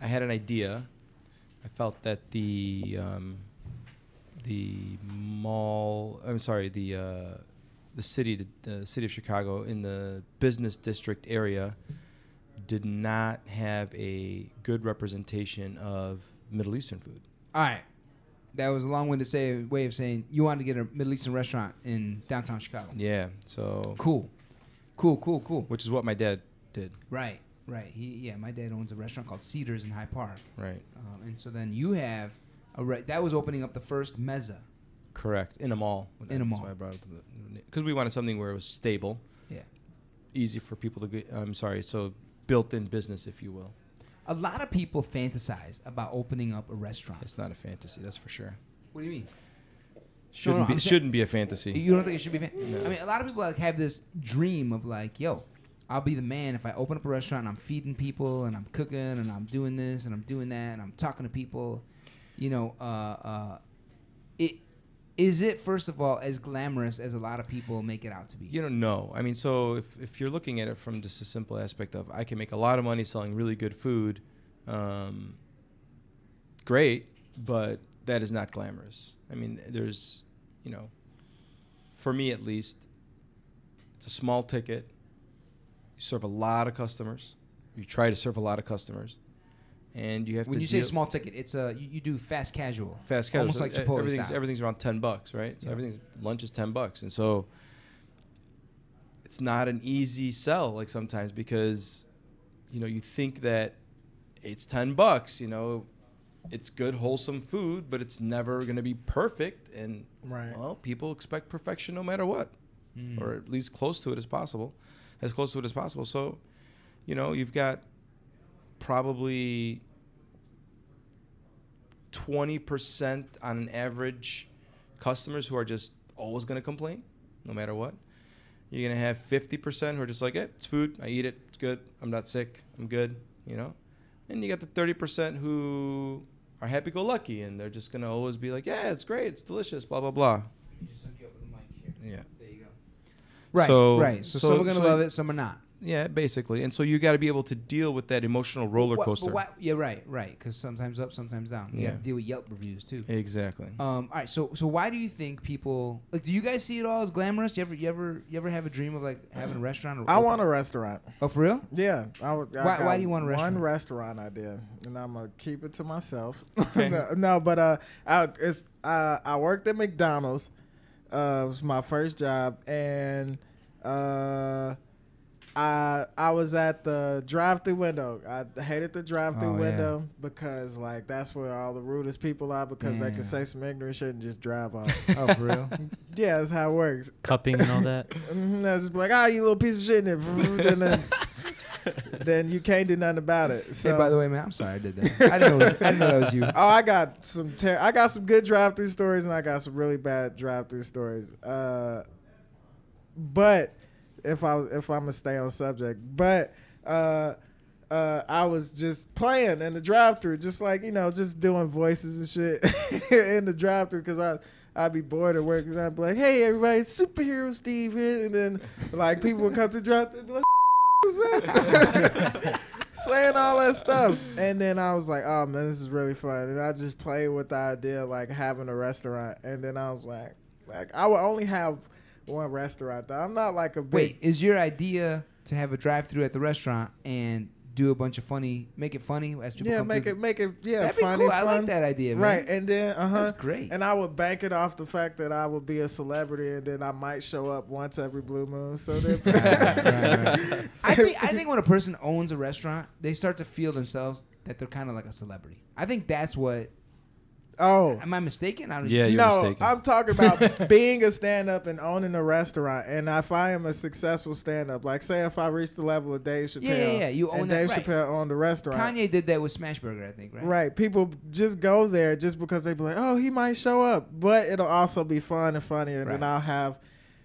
I had an idea. I felt that the um, the mall. I'm sorry, the uh, the city, the city of Chicago, in the business district area, did not have a good representation of Middle Eastern food. All right, that was a long-winded say, way of saying you wanted to get a Middle Eastern restaurant in downtown Chicago. Yeah, so Cool, cool, cool, cool. which is what my dad did, Right, right. He, yeah, my dad owns a restaurant called Cedars in High Park, right? um, and so then you have a re- that was opening up the first mezza. Correct. In a mall. In a That's mall. why I brought it because we wanted something where it was stable. Yeah. Easy for people to get. I'm sorry. So built-in business, if you will. A lot of people fantasize about opening up a restaurant. It's not a fantasy, that's for sure. What do you mean? Shouldn't no, be. I'm It saying- shouldn't be a fantasy. You don't think it should be? Fan- I mean, a lot of people like have this dream of like, yo, I'll be the man if I open up a restaurant and I'm feeding people and I'm cooking and I'm doing this and I'm doing that and I'm talking to people. You know, uh, uh, it is it first of all as glamorous as a lot of people make it out to be. You don't know. I mean, so if if you're looking at it from just a simple aspect of I can make a lot of money selling really good food, um, great, but that is not glamorous. I mean, there's, you know, for me at least, it's a small ticket. You serve a lot of customers. You try to serve a lot of customers, and you have when to. you say deal- small ticket, it's a you, you do fast casual, fast casual. almost so like e- Chipotle everything's, style. everything's around 10 bucks, right? So Yeah. everything's lunch is 10 bucks. And so it's not an easy sell like sometimes because you know, you think that it's 10 bucks, you know, it's good wholesome food, but it's never going to be perfect. And Right. well, people expect perfection no matter what, Mm. or at least close to it as possible, as close to it as possible. So, you know, you've got probably twenty percent on an average customers who are just always going to complain, no matter what. You're gonna have 50% who are just like, eh, it's food. I eat it. It's good. I'm not sick. I'm good. You know, and you got the 30% who are happy-go-lucky and they're just gonna always be like, yeah, it's great. It's delicious. Blah blah blah. Yeah. There you go. Right. So- right. So, so- some are gonna so- love it, some are not. Yeah, basically. And so you got to be able to deal with that emotional roller Wha- but coaster. why- yeah, right, right. Because sometimes up, sometimes down. You got Yeah. to deal with Yelp reviews too. Exactly. Um, all right, so so why do you think people like? Do you guys see it all as glamorous? You ever you ever you ever have a dream of like having a restaurant? Or I want a restaurant. Oh, for real? Yeah, I would. I Why- got why do you want a One restaurant idea, and I'm gonna keep it to myself. Okay. no, no, but uh, I it's uh, I worked at McDonald's. Uh, it was my first job, and uh, I I was at the drive-through window. I hated the drive-through Oh, yeah. window because like that's where all the rudest people are because they Yeah. can say some ignorant shit and just drive off. Oh, for real? yeah, that's how it works. cupping and all that. Mm-hmm, they'll just be like, "Ah, you little piece of shit," and then, and then, then you can't do nothing about it. So hey, by the way, man, I'm sorry I did that. I didn't know. It was, I didn't know that was you. Uh, oh, I got some ter- I got some good drive through stories and I got some really bad drive through stories. Uh, but if I was if I'm gonna stay on subject, but uh, uh, I was just playing in the drive through, just like you know, just doing voices and shit in the drive through because I. I'd be bored at work and I'd be like, hey, everybody, it's superhero Steve here. And then, like, people would come to drive through and be like, who's that? saying all that stuff. And then I was like, oh man, this is really fun. And I just played with the idea of, like having a restaurant. And then I was like, like I would only have one restaurant though. I'm not like a Wait, big is your idea to have a drive-through at the restaurant and do a bunch of funny, make it funny as people yeah, come make through it make it yeah, That'd be funny. cool. I like fun. that idea, man. Right. And then uh huh. That's great. And I would bank it off the fact that I would be a celebrity and then I might show up once every blue moon. So then I think I think when a person owns a restaurant, they start to feel themselves that they're kind of like a celebrity. I think that's what. Oh. Am I mistaken? I don't yeah, you're no, mistaken. I'm talking about being a stand up and owning a restaurant. And if I am a successful stand up, like say if I reach the level of Dave Chappelle, Yeah, yeah, yeah, you own and that, Dave right. Chappelle owned the restaurant. Kanye did that with Smashburger, I think. Right. Right, people just go there just because they be like, oh, he might show up, but it'll also be fun and funny, and then Right. I'll have,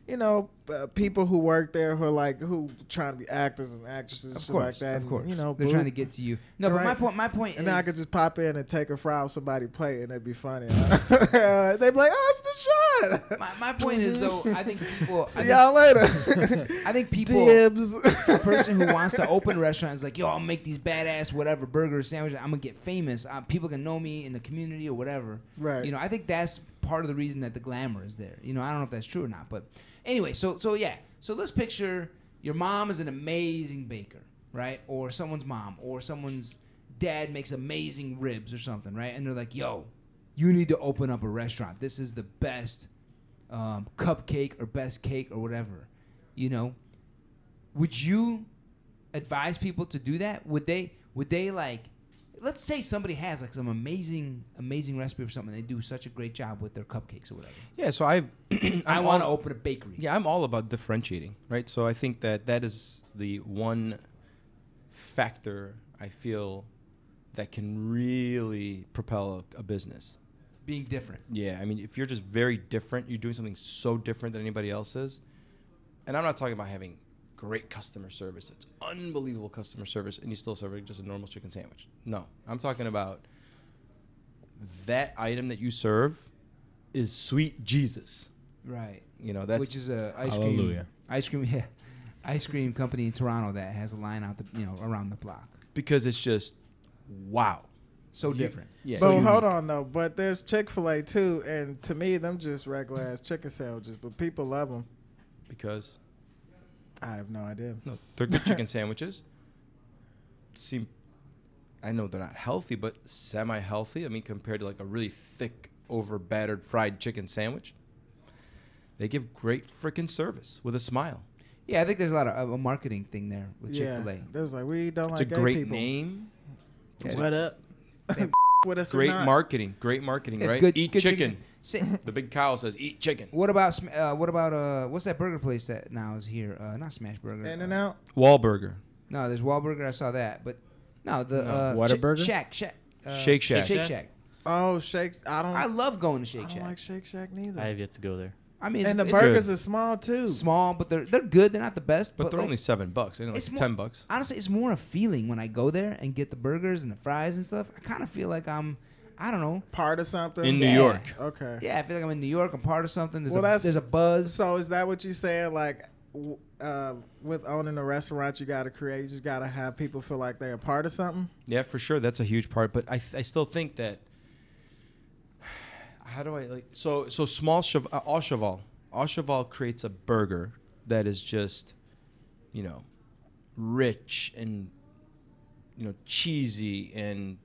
you know, uh, people who work there who are like who trying to be actors and actresses, and Of shit course, like that. of and, course. you know, they're boo. trying to get to you. No, but my Right. point, my point is, And then I could just pop in and take a fry off somebody's plate, and it'd be funny. They'd be like, "Oh, it's the shot." my, my point is though, I think people, See I think, y'all later. I think people, Dibs. a person who wants to open a restaurant is like, yo, I'll make these badass whatever burger sandwiches. I'm gonna get famous. Uh, people can know me in the community or whatever. Right. You know, I think that's part of the reason that the glamour is there. You know, I don't know if that's true or not, but anyway, so so yeah, so let's picture your mom is an amazing baker, right? Or someone's mom, or someone's dad makes amazing ribs or something, right? And they're like, yo, you need to open up a restaurant. This is the best um, cupcake or best cake or whatever. You know, would you advise people to do that? Would they would they like let's say somebody has like some amazing amazing recipe for something they do such a great job with their cupcakes or whatever. yeah. So I've. i I'm want to all- open a bakery. Yeah, I'm all about differentiating, right? So I think that that is the one factor I feel that can really propel a, a business. Being different. Yeah, I mean, if you're just very different, you're doing something so different than anybody else is. And I'm not talking about having great customer service. It's unbelievable customer service, and you still serve it just a normal chicken sandwich. No, I'm talking about that item that you serve is sweet Jesus. Right. You know, that's Which is a ice cream Hallelujah. ice cream yeah. Ice cream company in Toronto that has a line out the you know around the block. because it's just wow. So You- different. Yeah. but So unique. hold on though. But there's Chick Fil A too, and to me, them just regular ass chicken sandwiches. But people love them. Because I have no idea. no, they're good chicken sandwiches. Seem, I know they're not healthy, but semi-healthy. I mean, compared to like a really thick, over-battered fried chicken sandwich, they give great freaking service with a smile. Yeah, I think there's a lot of, of a marketing thing there with yeah, Chick-fil-A. there's like we don't It's like a gay great people. name. It's a- What up? with us. or Great not. marketing. Great marketing, Yeah, right? good- Eat good chicken. Say- The big cow says, "Eat chicken." What about Sm- uh, what about uh what's that burger place that now is here? Uh, not Smash Burger. In uh, and out. Wahlburger. No, there's Wahlburger. I saw that, but no, the No, uh, Whataburger? Shack, Shack, uh, Shake Shack. Shake Shack? Shack. Oh, Shakes. I don't. I I, love going to I Shake don't Shack. like Shake Shack neither. I have yet to go there. I mean, it's, and the it's burgers are small too. small, but they're they're good. They're not the best, But, they're like, only seven bucks. They're like it's more- ten bucks. honestly, it's more a feeling when I go there and get the burgers and the fries and stuff. I kind of feel like I'm, I don't know. Part of something In New Yeah. York. Okay. Yeah, I feel like I'm in New York. I'm part of something. There's Well, a that's- there's a buzz. So is that what you saying? Like, w- uh, with owning a restaurant, you got to create. You just got to have people feel like they're a part of something. Yeah, for sure. That's a huge part. But I, th- I still think that. How do I like so so small chev- uh, au cheval au cheval creates a burger that is just, you know, rich and, you know, cheesy and,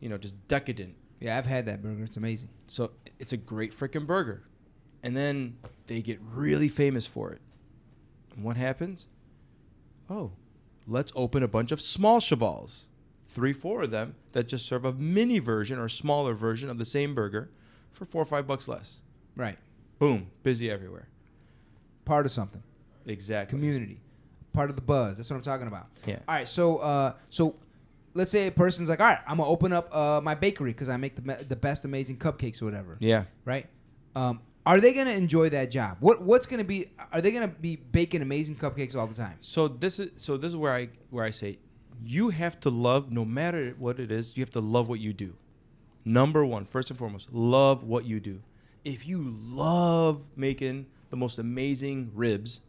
you know, just decadent. Yeah, I've had that burger. It's amazing. So it's a great freaking burger, and then they get really famous for it. And what happens? Oh, let's open a bunch of small chevals, three, four of them that just serve a mini version or smaller version of the same burger, for four or five bucks less. Right, Boom, busy everywhere. part of something. Exactly. Community, part of the buzz. That's what I'm talking about. Yeah. All right, so uh, so let's say a person's like, all right, I'm gonna open up uh, my bakery because I make the me- the best amazing cupcakes or whatever. Yeah. Right. Um, are they gonna enjoy that job? What what's gonna be? Are they gonna be baking amazing cupcakes all the time? So this is so this is where I where I say you have to love no matter what it is, you have to love what you do. Number one, first and foremost, love what you do. If you love making the most amazing ribs,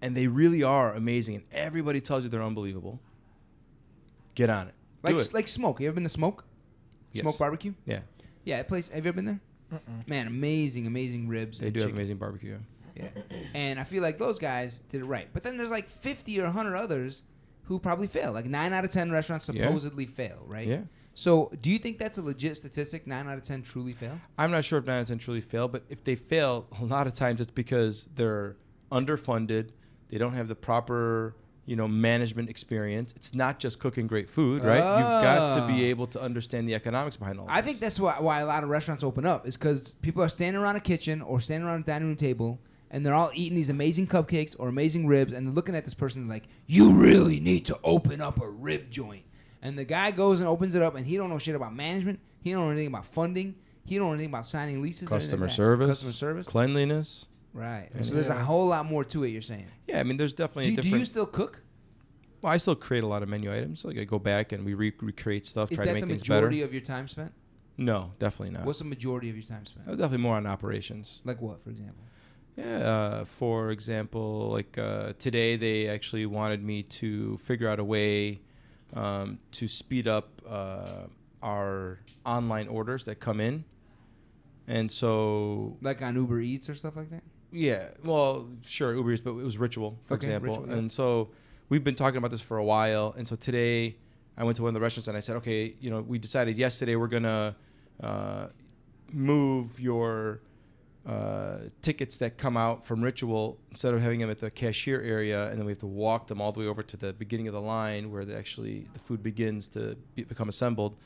and they really are amazing, and everybody tells you they're unbelievable, get on it. Like do it. like smoke. You ever been to smoke? Yes. Smoke barbecue. yeah, Yeah, that place. Have you ever been there? Man, amazing, amazing ribs. they and do have chicken. amazing barbecue. Yeah. And I feel like those guys did it right. But then there's like 50 or 100 others who probably fail. Like 9 out of 10 restaurants Yeah. supposedly fail, right? Yeah. So do you think that's a legit statistic? 9 out of 10 truly fail? I'm not sure if 9 out of 10 truly fail, but if they fail, a lot of times it's because they're underfunded. They don't have the proper, you know, management experience. It's not just cooking great food, right? You've got to be Ah. able to understand the economics behind all I this. think that's why, why a lot of restaurants open up is because people are standing around a kitchen or standing around a dining room table and they're all eating these amazing cupcakes or amazing ribs and they're looking at this person like, you really need to open up a rib joint. And the guy goes and opens it up and he don't know shit about management. He don't know anything about funding. He don't know anything about signing leases. or anything customer like that. service, Customer service. cleanliness. Right. And- so there's a whole lot more to it. You're saying. Yeah, I mean, there's Do definitely you, a do different. you still cook? well, I still create a lot of menu items. Like I go back and we re- recreate stuff, Is try to that make the things better. majority of your time spent? no, definitely not. What's the majority of your time I spent? was definitely more on operations. Like what, for example? Yeah, uh, for example, like uh, today they actually wanted me to figure out a way um, to speed up uh, our online orders that come in. And so, Like on Uber Eats or stuff like that? yeah, well, sure, Uber Eats, but it was Ritual, for Okay, example. Ritual, yeah. And so we've been talking about this for a while. And so today I went to one of the restaurants and I said, okay, you know, we decided yesterday we're going to uh, move your uh, tickets that come out from Ritual instead of having them at the cashier area, and then we have to walk them all the way over to the beginning of the line where the actually the food begins to be, become assembled.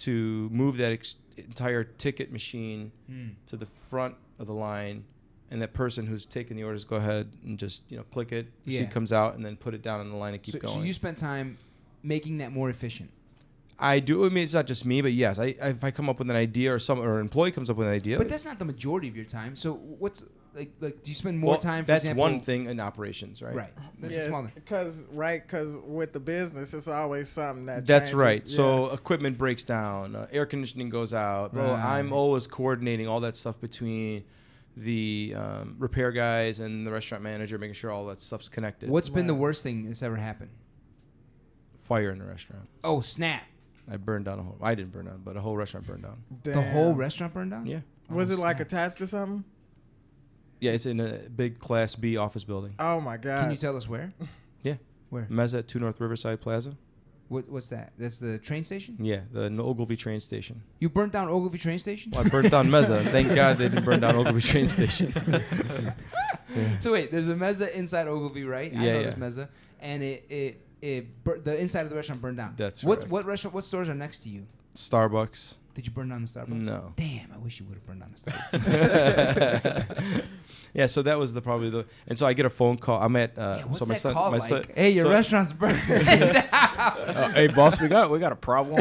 To move that ex- entire ticket machine Hmm. to the front of the line, and that person who's taking the orders go ahead and just you know click it, yeah. Yeah. receipt comes out, and then put it down in the line and keep so, going. so you spent time making that more efficient. I do. I mean, it's not just me, but yes, I, I if I come up with an idea or some or an employee comes up with an idea, But that's not the majority of your time. So what's like like do you spend more well, time? For that's example, one thing in operations, right? Right. That's a smaller. because right, because with the business, it's always something that. That's changes. right. Yeah. So uh, equipment breaks down, uh, air conditioning goes out. Well, I'm Right. always coordinating all that stuff between the um, repair guys and the restaurant manager, making sure all that stuff's connected. What's been the Right. worst thing that's ever happened? fire in the restaurant? Oh snap! I burned down a whole. I didn't burn down, but a whole restaurant burned down. The whole Damn. restaurant burned down. Yeah, Was Oh, it like snap. attached to something? yeah. It's in a big Class B office building. Oh my god! Can you tell us where? Yeah. Mm. Where? Meza at Two North Riverside Plaza. What, what's that? That's the train station. Yeah, the N- Ogilvy train station. You burnt down Ogilvy train station. Well, I burnt down Meza. Thank God they didn't burn down Ogilvy train station. So wait, there's a mezza inside Ogilvy, right? I Yeah, know yeah. this mezza, and it it it bur- the inside of the restaurant burned down. That's what correct. what restaurant what stores are next to you? Starbucks. Did you burn down the Starbucks? No. Damn, I wish you would have burned down the Starbucks. yeah, so that was the probably the and so I get a phone call. I'm at uh, Yeah, what's so my that son call my like? son hey, your so- restaurant's burning down. Uh, hey boss, we got we got a problem.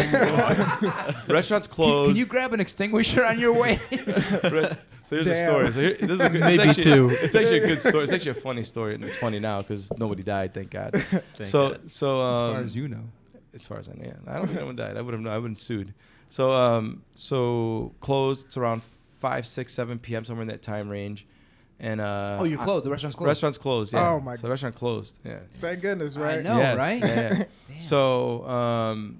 restaurant's Can, closed. you grab an extinguisher on your way? Rest- so here's Damn. a story. So here, this is a good, Maybe it's actually, two. It's actually a good story. It's actually a funny story, and it's funny now because nobody died, thank God. so so um, as far as you know. as far as I know, yeah. I don't think anyone died. I would have known. I wouldn't sued. So um, so closed. It's around five, six, seven p.m. somewhere in that time range, and uh, Oh, you're I- closed. The restaurant's closed. Restaurant's closed. Yeah. Oh, my So restaurant closed. Yeah. Thank goodness, I right? know. No, Yes, right? yeah, yeah. Damn. So um,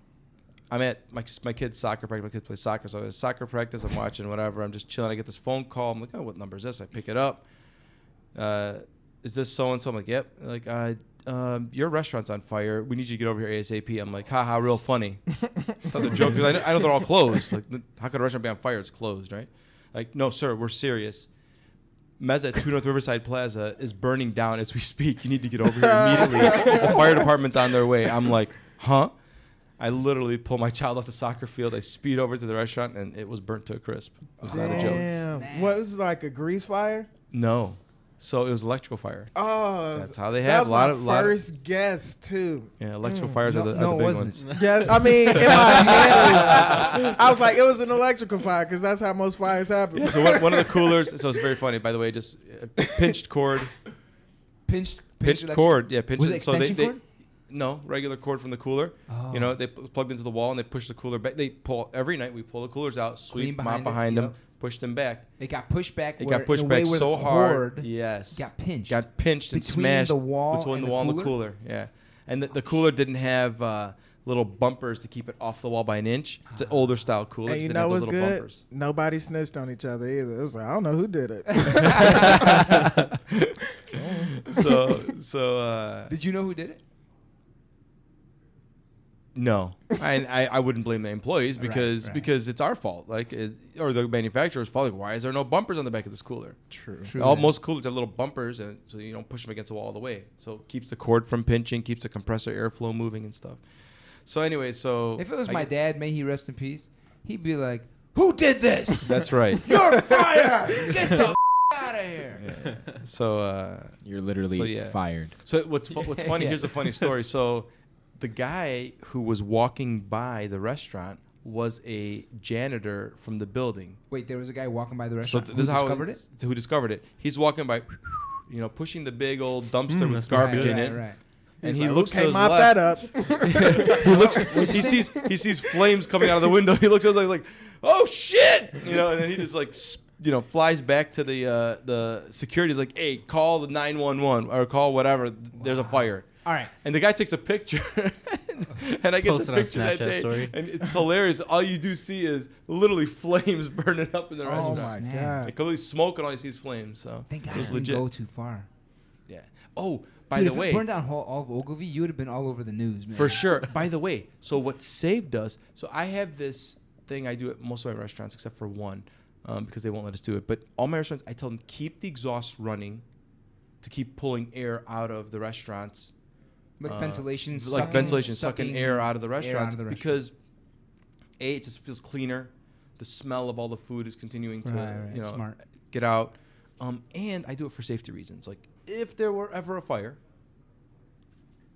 I'm at my my kid's soccer practice. My kid plays soccer, so I was at soccer practice. I'm watching whatever. I'm just chilling. I get this phone call. I'm like, oh, what number is this? I pick it up. Uh, is this so and so? I'm like, yep. They're Like, uh, um, your restaurant's on fire. We need you to get over here asap. I'm like, haha, real funny. Thought the joke. 'cause I know, I know they're all closed. Like, how could a restaurant be on fire? It's closed, right? Like, no, sir, we're serious. Mezza at 2 North Riverside Plaza is burning down as we speak. You need to get over here immediately. the fire department's on their way. I'm like, huh? I literally pull my child off the soccer field. I speed over to the restaurant, and it was burnt to a crisp. It was not a joke. Damn. What was it, like a grease fire? No. So it was electrical fire. Oh, That's how they that have. was A lot my of- lot of- first guess too. Yeah, electrical fires Hmm. No, are the, are no, the it big wasn't. ones. Yes, I mean in my head, I was like, it was an electrical fire because that's how most fires happen. Yeah, so one, one of the coolers, so it's very funny, by the way, just uh, pinched cord. Pinched, Pinched electric- cord, yeah, pinched. Was it so they- extension they- cord? No, regular cord from the cooler. Oh. You know, they p- plugged into the wall and they push the cooler back. They pull every night. We pull the coolers out, sweep behind mop it, behind them, yep. push them back. It got pushed back. It where- got pushed in a way back where so the hard. cord yes, Got pinched. got pinched and between smashed the wall between and the the wall and the cooler? cooler. Yeah, and the, the cooler didn't have uh, little bumpers to keep it off the wall by an inch. It's Ah. an older style cooler. and it you just know didn't have what's those good? little bumpers. Nobody snitched on each other either. It was like I don't know who did it. so so uh, Did you know who did it? no, I, I I wouldn't blame the employees Right, because right. because it's our fault, like it, or the manufacturer's fault. Like, why is there no bumpers on the back of this cooler? True. True. All, most coolers have little bumpers, and so you don't push them against the wall all the way. So it keeps the cord from pinching, keeps the compressor airflow moving and stuff. So anyway, so If it was I my get- dad, may he rest in peace, he'd be like, Who did this? that's right. You're fired! Get the f- out of here! Yeah. So uh, You're literally So, yeah. fired. So what's fu- what's funny? Yeah. Here's a funny story. So the guy who was walking by the restaurant was a janitor from the building. Wait, there was a guy walking by the So restaurant th- who this is how discovered it? so who discovered it? He's walking by, you know, pushing the big old dumpster with Mm, that smells garbage good. in right, it, Right. and He's he like, looks to okay, his mop left. that up. he looks. He sees. He sees flames coming out of the window. He looks at us like, like, oh shit, you know. And then he just like, s- you know, flies back to the uh, the security. He's like, hey, call the nine one one or call whatever. There's a fire. All right. And the guy takes a picture, and I get Post the it on picture that Snapchat day, story. and it's hilarious. All you do see is literally flames burning up in the oh restaurant. my Snap. god! Like completely smoke, and all you see is flames. So Thank God it I was didn't legit. go too far. Yeah. Oh, by Dude, the if way, it burned down all, all of Ogilvy, you would have been all over the news, man. For sure. By the way, so what saved us? So I have this thing I do at most of my restaurants, except for one, um, because they won't let us do it. But all my restaurants, I tell them keep the exhaust running, to keep pulling air out of the restaurants, Like uh, ventilation, like sucking, ventilation, sucking, air out of the air out of restaurants, the restaurant. because a it just feels cleaner. The smell of all the food is continuing to Right, right, you know smart. get out, um, and I do it for safety reasons. Like if there were ever a fire,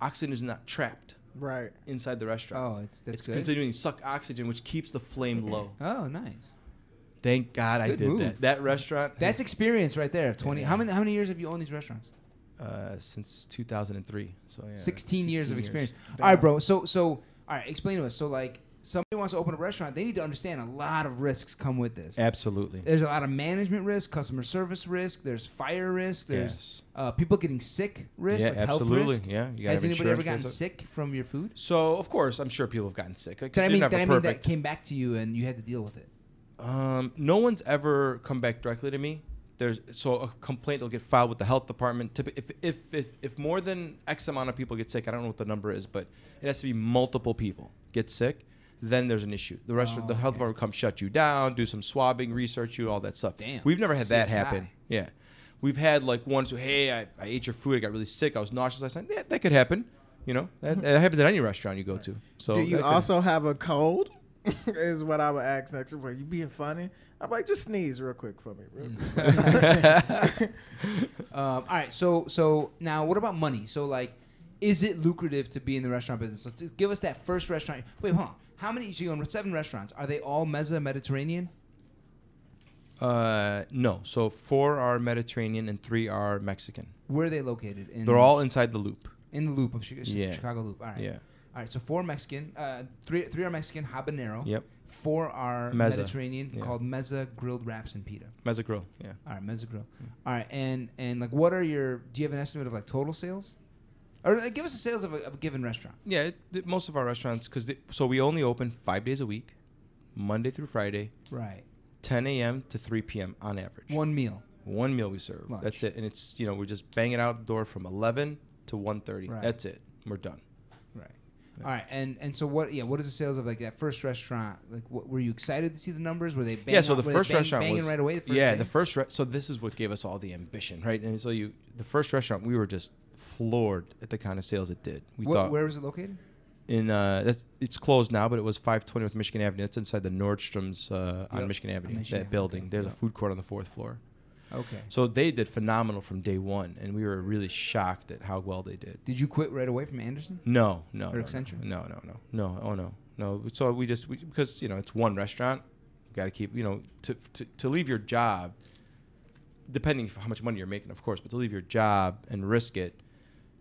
oxygen is not trapped Right. inside the restaurant Oh, it's that's it's good. continuing to suck oxygen, which keeps the flame low. oh, nice. Thank God I Good did move. that. That restaurant. That's experience right there. Twenty. How Yeah. many? How many years have you owned these restaurants? uh, since 2003. So yeah, 16 years of experience. Damn. All right, bro. So so all right, explain to us. So like somebody wants to open a restaurant, they need to understand a lot of risks come with this. Absolutely. There's a lot of management risk, customer service risk, there's fire risk, there's Yes. uh, people getting sick risk, yeah, like health absolutely. risk. Yeah, you Has gotta have anybody ever insurance gotten for it. sick from your food? So of course, I'm sure people have gotten sick. Like, Did I you're mean, never did I mean that perfect. came back to you and you had to deal with it? Um, no one's ever come back directly to me. There's so a complaint will get filed with the health department. Typ- If if if, if more than X amount of people get sick, I don't know what the number is, but it has to be multiple people get sick. Then there's an issue. The rest Oh, of the health okay. department will come shut you down, do some swabbing, research you, all that stuff. Damn. We've never had that happen. CSI. Yeah. We've had like one, two, hey, I, I ate your food, I got really sick, I was nauseous last night. Yeah, Mm-hmm. that could happen. You know, that, that happens at any restaurant you go to. So Do that you could- also have a cold? is what I would ask next. Like, you being funny? I'm like, just sneeze real quick for me. Real quick. Mm. Um, all right, so so now what about money? So like, is it lucrative to be in the restaurant business? So to give us that first restaurant. Wait, hold on. How many? So you own seven restaurants. Are they all Mezza Mediterranean? Uh, no. So four are Mediterranean and three are Mexican. Where are they located? In, They're all inside the loop. in the loop of Chi- Chi- Yeah. Chicago loop. All right. Yeah. All right. So four Mexican, uh, three three are Mexican habanero. Yep. Four are Mezza. Mediterranean Yeah. called Mezza grilled wraps and pita. Mezza Grill. Yeah. All right, Mezza Grill. Hmm. All right, and and like, what are your? Do you have an estimate of like total sales? Or like, give us the sales of a, of a given restaurant. Yeah. It, th- most of our restaurants, because so we only open five days a week, Monday through Friday, Right. 10 a.m. to 3 p.m. on average. One meal. One meal we serve. Lunch. That's it. And it's you know we just bang it out the door from 11 to 1:30. Right. That's it. We're done. Right. Yeah. All right, and and so what? Yeah, what is the sales of like that first restaurant? Like, what, were you excited to see the numbers? Were they bang yeah, so out- the were they first bang- restaurant banging was right away. The first yeah, day? the first re- so this is what gave us all the ambition, right? And so you the first restaurant we were just floored at the kind of sales it did. We Wh- thought where was it located? in uh that's it's closed now, but it was 520 with Michigan Avenue. That's inside the Nordstrom's uh, on Yep. Michigan On Avenue. Michigan that Avenue, building. okay. There's a Yep. food court on the fourth floor. Okay. So they did phenomenal from day one, and we were really shocked at how well they did. Did you quit right away from Anderson? No, no, Or no, no, Accenture? No, no, no, no. Oh no, no. So we just we, because you know it's one restaurant. You got to keep you know to, to to leave your job. Depending on how much money you're making, of course, but to leave your job and risk it,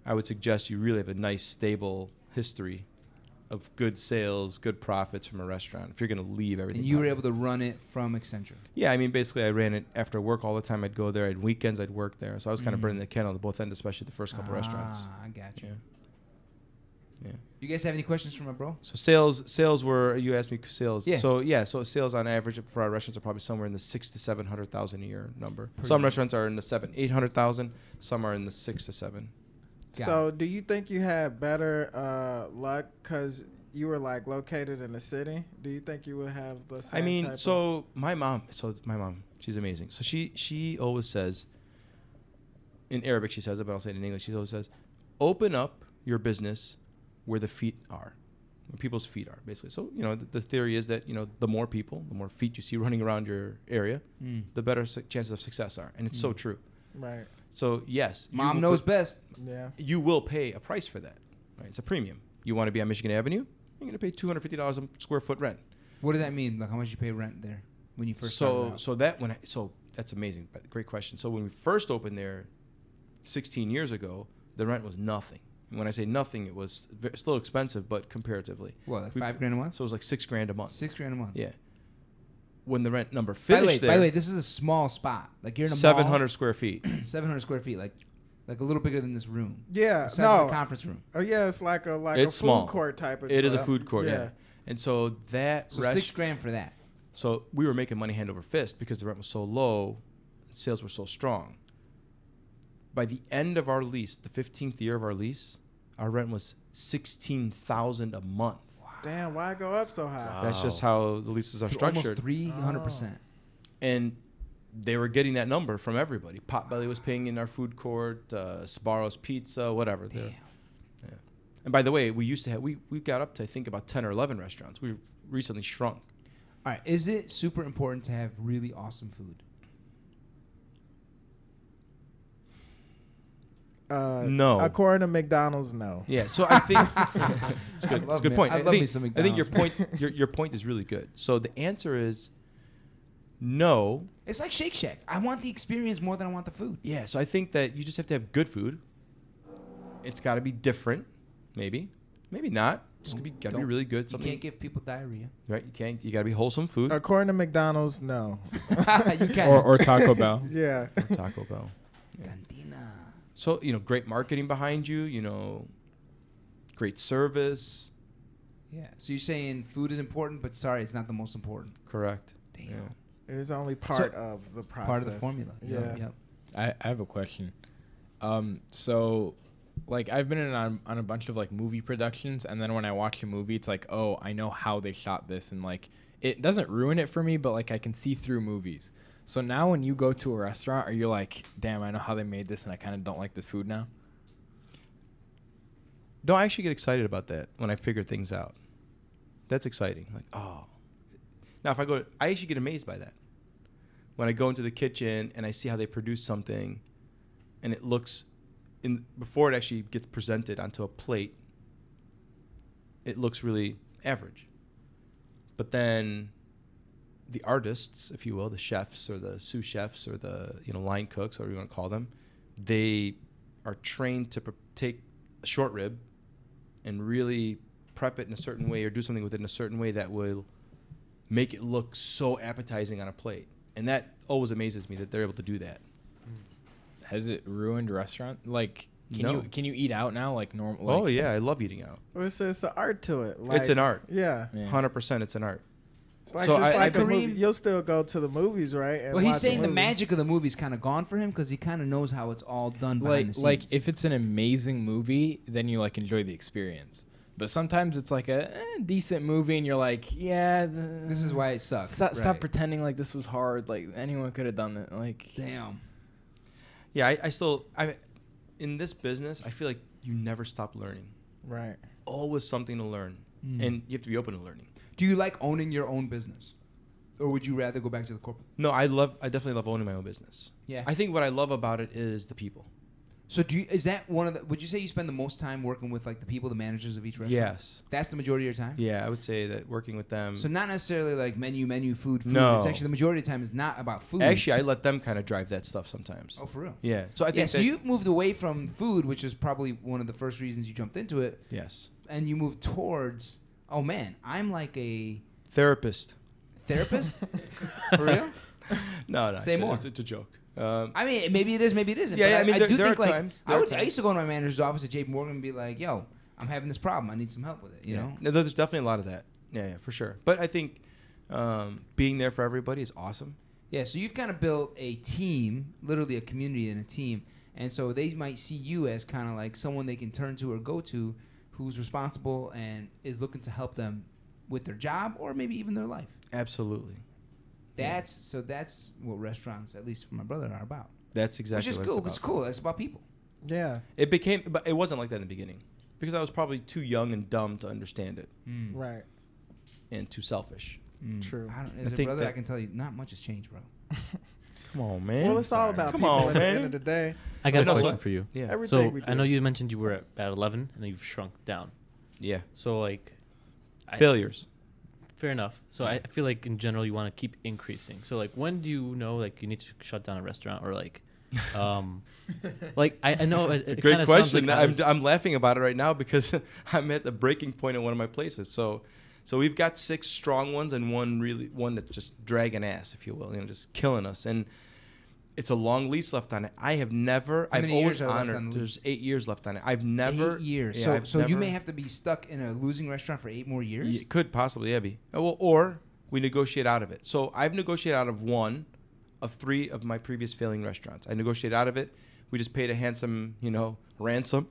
I would suggest you really have a nice stable history of good sales, good profits from a restaurant. If you're going to leave everything, And you were behind. able to run it from Accenture. Yeah, I mean, basically, I ran it after work all the time. I'd go there, and weekends I'd work there. So I was kind of Mm. burning the candle at both ends, especially the first couple restaurants. Ah, I got you. Yeah, yeah. You guys have any questions for my bro? So sales, sales were you asked me sales. Yeah. So yeah, so sales on average for our restaurants are probably somewhere in the six to seven hundred thousand a year number. Per some year. restaurants are in the seven eight hundred thousand. Some are in the six to seven. Got so, do you think you had better uh, luck because you were like located in the city? Do you think you would have the same? I mean, type of, so my mom, so my mom, she's amazing. So she she always says, in Arabic she says it, but I'll say it in English. She always says, open up your business where the feet are, where people's feet are, basically. So you know the, the theory is that you know the more people, the more feet you see running around your area, Mm. the better su- chances of success are, and it's so true. right? So yes, you Mom will knows put- best. Yeah. You will pay a price for that. Right? It's a premium. You want to be on Michigan Avenue? You're going to pay two hundred fifty dollars a square foot rent. What does that mean? Like, how much you pay rent there when you first started so out? so that when I, so that's amazing. But Great question. So when we first opened there, sixteen years ago, the rent was nothing. And when I say nothing, it was ve- still expensive, but comparatively, what, like we- five grand a month? so it was like six grand a month. Six grand a month. Yeah. When the rent number By finished the, way, there, by the way, this is a small spot. Like you're in a seven hundred square feet. seven hundred square feet, like like a little bigger than this room. Yeah. The size of a No. conference room. Oh yeah, it's like a like It's a food small. court type of. It is a club. food court. Yeah. And so that So rest- six grand for that. So we were making money hand over fist because the rent was so low, sales were so strong. By the end of our lease, the 15th year of our lease, our rent was 16,000 a month. Damn, why go up so high? Wow. That's just how the leases are For structured. Almost three hundred percent. and they were getting that number from everybody. Potbelly was paying in our food court, uh, Sbarro's Pizza, whatever. The- Damn. Yeah. And by the way, we used to have, we, we got up to, I think, about 10 or 11 restaurants. We've recently shrunk. All right. Is it super important to have really awesome food? Uh, No. According to McDonald's, no. Yeah, so I think it's I good. love It's a good me- point. I I, love think, me some I think your McDonald's. point your, your point is really good. So the answer is no. It's like Shake Shack. I want the experience more than I want the food. Yeah, so I think that you just have to have good food. It's got to be different, maybe, maybe not. It's gonna be got to be Don't- really good. You Something can't give people diarrhea. right? You can't. You got to be wholesome food. According to McDonald's, no. you can. Or, or Taco Bell. Yeah. Taco Bell. Cantina. So you know, great marketing behind you. You know, great service. Yeah. So you're saying food is important, but sorry, it's not the most important. Correct. Damn. Yeah. It is only part of the process. Part of the formula. Yeah. Yep, yep. I, I have a question. Um, so, like, I've been in on, on a bunch of like movie productions, and then when I watch a movie, it's like, oh, I know how they shot this, and like, it doesn't ruin it for me, but like, I can see through movies. So now, when you go to a restaurant, are you like, damn, I know how they made this, and I kind of don't like this food now? No, I actually get excited about that when I figure things out. That's exciting. Like, oh, Now, if I go to, I actually get amazed by that. When I go into the kitchen and I see how they produce something and it looks in before it actually gets presented onto a plate, it looks really average. But then the artists, if you will, the chefs or the sous chefs or the you know line cooks, whatever you want to call them, they are trained to pre- take a short rib and really prep it in a certain way or do something with it in a certain way that will make it look so appetizing on a plate. And that always amazes me that they're able to do that. Has it ruined restaurant? Like, can No. you can you eat out now like normal? oh yeah, I love eating out. Well, it's, it's an art to it. Like, it's an art. Yeah. Yeah. Hundred percent, it's an art. It's like, So just I- like I- a movie. Kareem- You'll still go to the movies, right? and Well, he's watch a saying the movie. magic of the movie's kind of gone for him because he kind of knows how it's all done behind the like scenes. like if it's an amazing movie, then you like enjoy the experience. But sometimes it's like a eh, decent movie, and you're like, yeah, the, this is why it sucks. Stop, stop Right. pretending like this was hard. Like anyone could have done it. Like Damn. Yeah, I, I still I in this business, I feel like you never stop learning. Right. Always something to learn. Mm. And you have to be open to learning. Do you like owning your own business, or would you rather go back to the corporate? No, I love I definitely love owning my own business. Yeah. I think what I love about it is the people. so do you, is that one of the? Would you say you spend the most time working with like the people, the managers of each restaurant? Yes. That's the majority of your time. Yeah, I would say that working with them So not necessarily like menu, menu, food, food. No. It's actually the majority of the time is not about food. actually I let them kind of drive that stuff sometimes. oh for real. Yeah. So I think yeah, so that- you moved away from food, which is probably one of the first reasons you jumped into it, Yes. and you moved towards. Oh man, I'm like a Therapist. therapist. for real? No, no. Say it's a- more. It's, it's a joke. Um, I mean, maybe it is, maybe it isn't. Yeah, but yeah, I mean, I there- do there think are like times- I there are would. I times. used to go to my manager's office at J.P. Morgan and be like, "Yo, I'm having this problem. I need some help with it." You yeah. know? No, there's definitely a lot of that. Yeah, yeah, for sure. But I think um, being there for everybody is awesome. Yeah. So you've kind of built a team, literally a community and a team, and so they might see you as kind of like someone they can turn to or go to, who's responsible and is looking to help them with their job or maybe even their life. Absolutely. Yeah. That's so. That's what restaurants, at least for my brother, are about. That's exactly Which is what cool. it's It's about. cool. That's about people. Yeah. It became, but it wasn't like that in the beginning because I was probably too young and dumb to understand it Mm. Hmm. Right. and too selfish. True. Hmm. I don't, I as a think brother, that- I can tell you, not much has changed, bro. Come on, man. Well, it's all sorry. about Come people on, at man. the end of the day. I got a No, so- question for you. yeah, Every- Everything So we I do. know you mentioned you were at, at 11 and then you've shrunk down. yeah. So like, I- Failures. fair enough. So I I feel like in general you want to keep increasing. So like, when do you know like you need to shut down a restaurant or like, um, like I, I know it, It's a it great kinda sounds question. like I I'm, was- I'm laughing about it right now because I'm at the breaking point in one of my places. So, so we've got six strong ones and one really one that's just dragging ass, if you will, you know, just killing us. And it's a long lease left on it. I have never. How I've many always years are left on honored. the lease? There's eight years left on it. I've never. eight years. Yeah, so I've so you may never- have to be stuck in a losing restaurant for eight more years. It could possibly, yeah, be. Oh, Well, or we negotiate out of it. So I've negotiated out of one of three of my previous failing restaurants. I negotiated out of it. We just paid a handsome, you know, ransom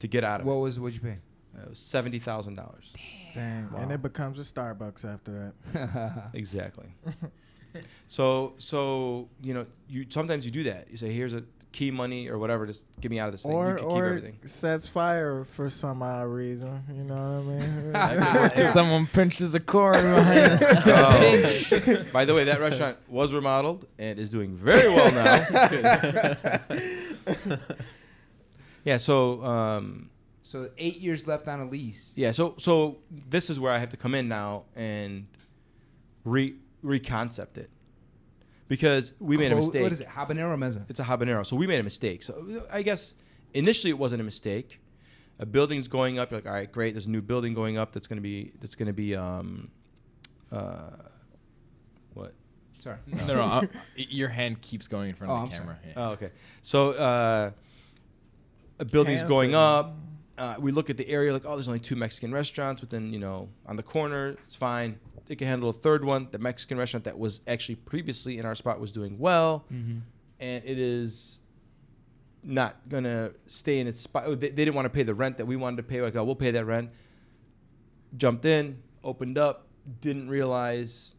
to get out of What was what you pay? it. It was seventy thousand dollars. Dang. And it becomes a Starbucks after that. Exactly. so so you know you sometimes you do that. You say here's a key money or whatever. Just get me out of this thing. you or can keep or everything. sets fire for some odd reason. You know what I mean? someone pinches a cord behind. it. Oh. By the way, that restaurant was remodeled and is doing very well now. yeah. So um, so eight years left on a lease. yeah. So so this is where I have to come in now and re reconcept it because we made a Clo- mistake. What is it? Habanero mezza. It's a habanero. So we made a mistake. So I guess initially it wasn't a mistake. A building's going up. You're like, all right, great. There's a new building going up. That's gonna be. That's gonna be. Um, uh, what? Sorry. no, no, I- I- your hand keeps going in front Oh, of the I'm camera. Yeah. Oh, okay. So uh, a building's Hanson. going up. Uh, we look at the area like, oh, there's only two Mexican restaurants within, you know, on the corner. It's fine. They can handle a third one. The Mexican restaurant that was actually previously in our spot was doing well, and it is not gonna stay in its spot. oh, They, they didn't want to pay the rent that we wanted to pay. Like, oh, we'll pay that rent. Jumped in, opened up, didn't realize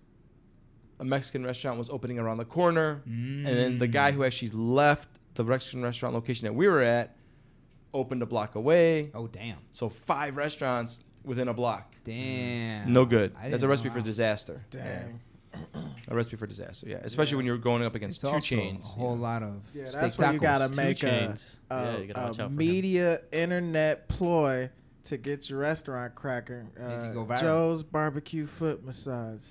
a Mexican restaurant was opening around the corner, and then the guy Mm. who actually left the Mexican restaurant location that we were at opened a block away. Oh damn. So five restaurants within a block. Damn. No good. I That's didn't a recipe know. for disaster. Dang. a recipe for disaster. Yeah, especially when you're going up against It's also two chains. a whole yeah. lot of Yeah, steak that's where you tacos. gotta Two make a, chains. a, Yeah, you gotta a watch out for him. media internet ploy to get your restaurant cracking. Make it Uh, go viral. Joe's barbecue foot massage.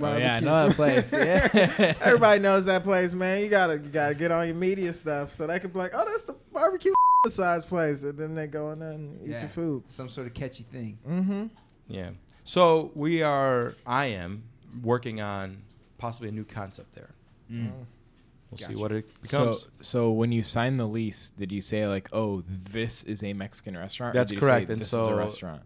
Oh, yeah, I Barbecue know that foot- place. Yeah. everybody knows that place, man. You gotta you gotta get on your media stuff so they can be like, oh, that's the barbecue massage place, and then they go in there and eat Yeah. your food. Some sort of catchy thing. Mm-hmm. Yeah. So we are. I am working on possibly a new concept there. Mm. We'll Gotcha. see what it So, becomes. so when you signed the lease, did you say like, "Oh, this is a Mexican restaurant"? or That's did you correct, Say, and this is so- a restaurant,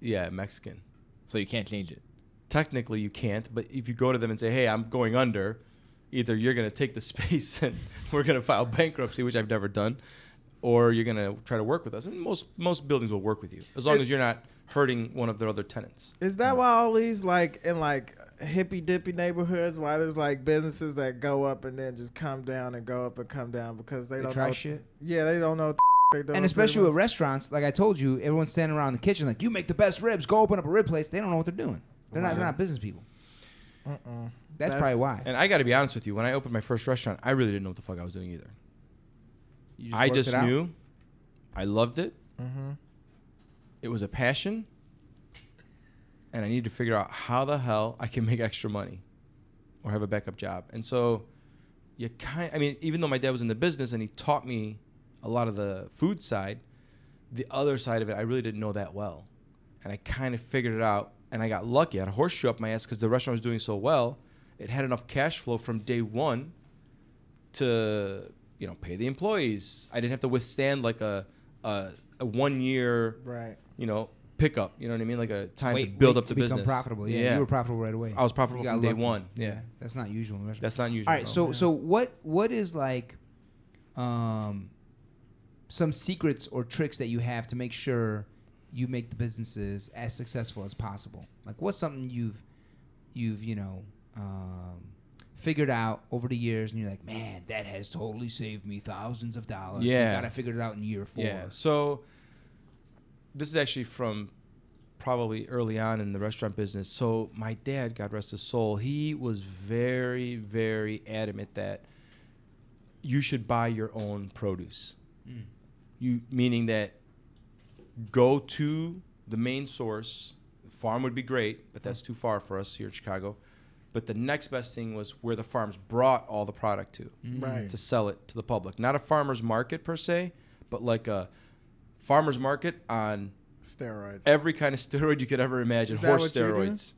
yeah, Mexican. so you can't change it. Technically, you can't. But if you go to them and say, "Hey, I'm going under," either you're going to take the space and we're going to file bankruptcy, which I've never done, or you're going to try to work with us. And most most buildings will work with you as long It- as you're not hurting one of their other tenants. Is that why all these like in like hippy dippy neighborhoods why there's like businesses that go up and then just come down and go up and come down because they, They don't try know shit. Yeah, they don't know what the they doing. And especially with restaurants, like I told you, everyone's standing around the kitchen like, "You make the best ribs. Go open up a rib place." They don't know what they're doing. They're not. They're Right. not business people. with uh That's, That's- probably why. And I got to be honest with you, when I opened my first restaurant, I really didn't know what the fuck I was doing either. You I worked just it out. knew I loved it. hmm It was a passion. And I needed to figure out how the hell I can make extra money or have a backup job. And so you kind I mean, even though my dad was in the business and he taught me a lot of the food side, the other side of it I really didn't know that well. And I kind of figured it out and I got lucky. I had a horseshoe up my ass because the restaurant was doing so well. It had enough cash flow from day one to you know pay the employees. I didn't have to withstand like a a, a one year Right. you know pickup. You know what I mean? Like a time to Wait- build wait up the become business. profitable. Yeah, you were profitable right away. I was profitable You got from day lucky. one. Yeah. that's not usual. In restaurants. that's not usual. All right, no. so Yeah. so what what is like um some secrets or tricks that you have to make sure you make the businesses as successful as possible? Like what's something you've you've, you know, um figured out over the years and you're like, "Man, that has totally saved me thousands of dollars." Yeah. You got to figure it out in year 4. Yeah. So this is actually from probably early on in the restaurant business. So my dad, God rest his soul, he was very, very adamant that you should buy your own produce. Mm. You meaning that go to the main source. Farm would be great, but that's too far for us here in Chicago. But the next best thing was where the farms brought all the product to mm. Right. to sell it to the public. Not a farmer's market per se, but like a farmer's market on Steroids. every kind of steroid you could ever imagine, Is that horse what you do? steroids.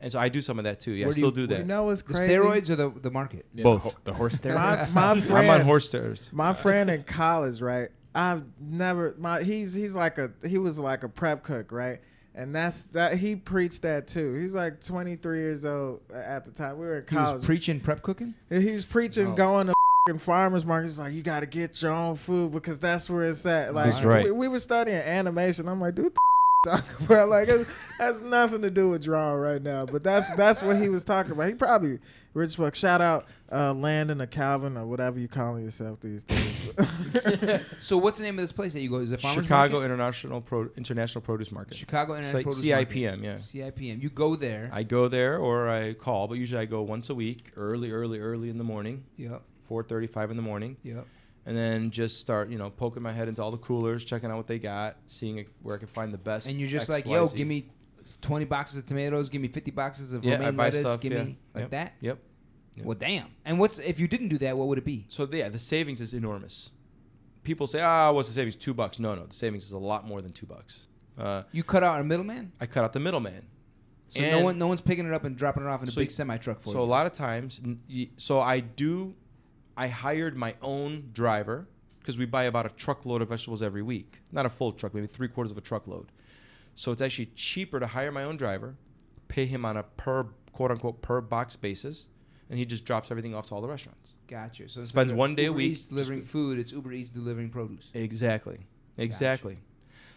And so I do some of that too. Yeah, I Where do still you- do, You that. know what's The crazy? steroids or the the market? Yeah, Both. the, ho- the horse My, steroids. my I'm friend. on horse steroids. My friend in college, right? I've never my he's he's like a he was like a prep cook, right? And that's that he preached that too. He's like 23 years old at the time. We were in He college. was preaching prep cooking? And He was preaching Oh. going to fing farmers markets like you got to get your own food because that's where it's at. Like That's right. we, we were studying animation. I'm like, dude, what the f- talking about like it has nothing to do with drawing right now. But that's that's what he was talking about. He probably rich fuck. Shout out uh, Landon or Calvin or whatever you calling yourself these days. So what's the name of this place that you go? Is it farmers Chicago market? International Pro- International Produce Market. Chicago It's like International Produce CIPM, yeah. Market. CIPM. You go there. I go there or I call, but usually I go once a week, early, early, early in the morning, Yep. 4:35 in the morning, Yep. and then just start, you know, poking my head into all the coolers, checking out what they got, seeing if- where I can find the best. And you're just X, like, Y, yo, Z." give me 20 boxes of tomatoes, give me 50 boxes of Yeah, I romaine buy lettuce, stuff, give yeah. me like Yep. that. Yep. Yep. Well, damn. And what's if you didn't do that, what would it be? So the- yeah, the savings is enormous. People say, ah, what's the savings? Two bucks. No, no, the savings is a lot more than two bucks. Uh, You cut out a middleman, I cut out the middleman. so no And- one no one's picking it up and dropping it off in a So big you- semi truck for So you. a lot of times, n- y- so I do, I hired my own driver because we buy about a truckload of vegetables every week. Not a full truck, maybe three quarters of a truckload. So it's actually cheaper to hire my own driver, pay him on a per quote unquote per box basis, and he just drops everything off to all the restaurants. Gotcha. So Spends instead of one day a Uber week Eats just delivering go- food. It's Uber Eats delivering produce. Exactly. Exactly.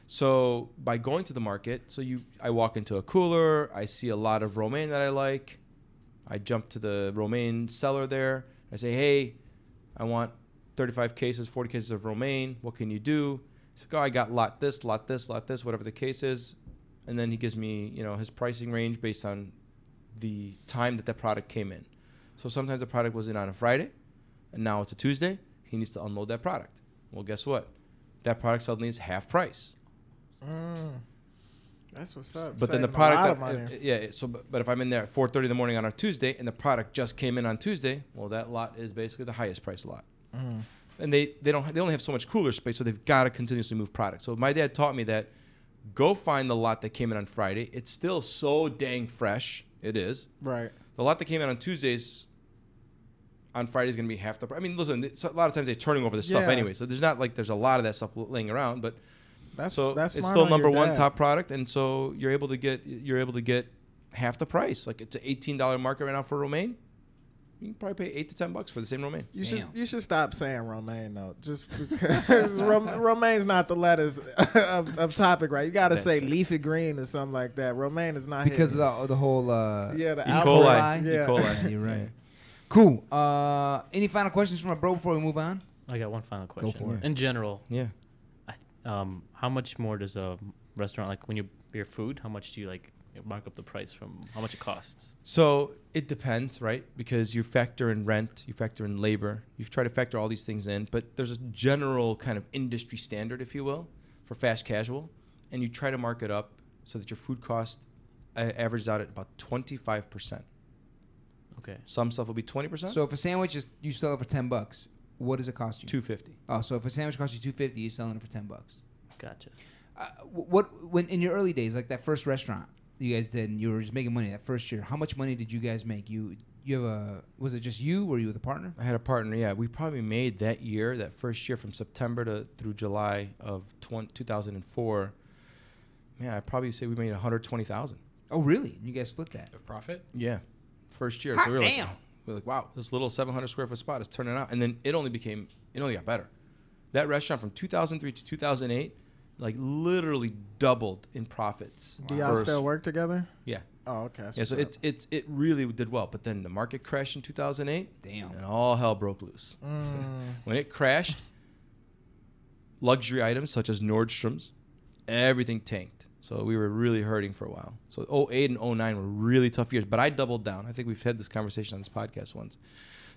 So by going to the market, so you I walk into a cooler, I see a lot of romaine that I like. I jump to the romaine seller there. I say, "Hey, I want 35 cases, 40 cases of romaine. What can you do?" He's like, "Oh, I got lot this, lot this, lot this, whatever the case is." And then he gives me, you know, his pricing range based on the time that that product came in. So sometimes the product was in on a Friday, and now it's a Tuesday. He needs to unload that product. Well, guess what? That product suddenly is half price. Mm. That's what's up. But then the Saving a lot product, of money. if- yeah. it- So, but, but if I'm in there at 4:30 in the morning on a Tuesday, and the product just came in on Tuesday, well, that lot is basically the highest price lot. Mm. And they they don't they only have so much cooler space, so they've got to continuously move product. So my dad taught me that go find the lot that came in on Friday. It's still so dang fresh. It is. Right. The lot that came in on Tuesdays on Friday is going to be half the. pr- I mean, listen, it's, a lot of times they're turning over the stuff Yeah. anyway, so there's not like there's a lot of that stuff laying around. But That's so that's it's smart still on your number one dad. top product, and so you're able to get you're able to get half the price. Like it's an eighteen dollar market right now for romaine. You can probably pay eight to ten bucks for the same romaine. You should Damn. you should stop saying romaine though, just because rom- romaine's not the letters of, of topic, right? You got to That's say it. leafy green or something like that. Romaine is not because of hitting. the, the whole uh, yeah the E. alcohol. coli. E. Yeah. coli. You're right. Cool. Uh, any final questions from my bro before we move on? I got one final question. for it. In general, Yeah, um, how much more does a restaurant like when you your food? How much do you like mark up the price from how much it costs? So it depends, right? Because you factor in rent, you factor in labor, you try to factor all these things in, but there's a general kind of industry standard, if you will, for fast casual, and you try to mark it up so that your food cost uh, averages out at about 25%. Okay. Some stuff will be 20%, So if a sandwich is you sell it for ten bucks, what does it cost you? 250. Oh, so if a sandwich costs you two fifty, you're selling it for ten bucks. Gotcha. Uh, wh- what when in your early days, like that first restaurant you guys did, and you were just making money that first year. How much money did you guys make? You you have a was it just you? Were you with a partner? I had a partner, yeah. We probably made that year, that first year from September to through July of 20, 2004. Man, I probably say we made 120,000. Oh, really? You guys split that? Of profit? Yeah. First year. Hot we were like, damn. we were like, wow, this little 700 square foot spot is turning out. And then it only became, it only got better. That restaurant from 2003 to 2008, like literally doubled in profits. Do y'all First- still work together? Yeah. Oh, okay. that's Yeah. what's So up. it's, it's, it really did well. But then the market crashed in 2008 Damn. and all hell broke loose. Mm. when it crashed, luxury items such as Nordstrom's, everything tanked. So we were really hurting for a while. So 08 and 09 were really tough years, but I doubled down. I think we've had this conversation on this podcast once.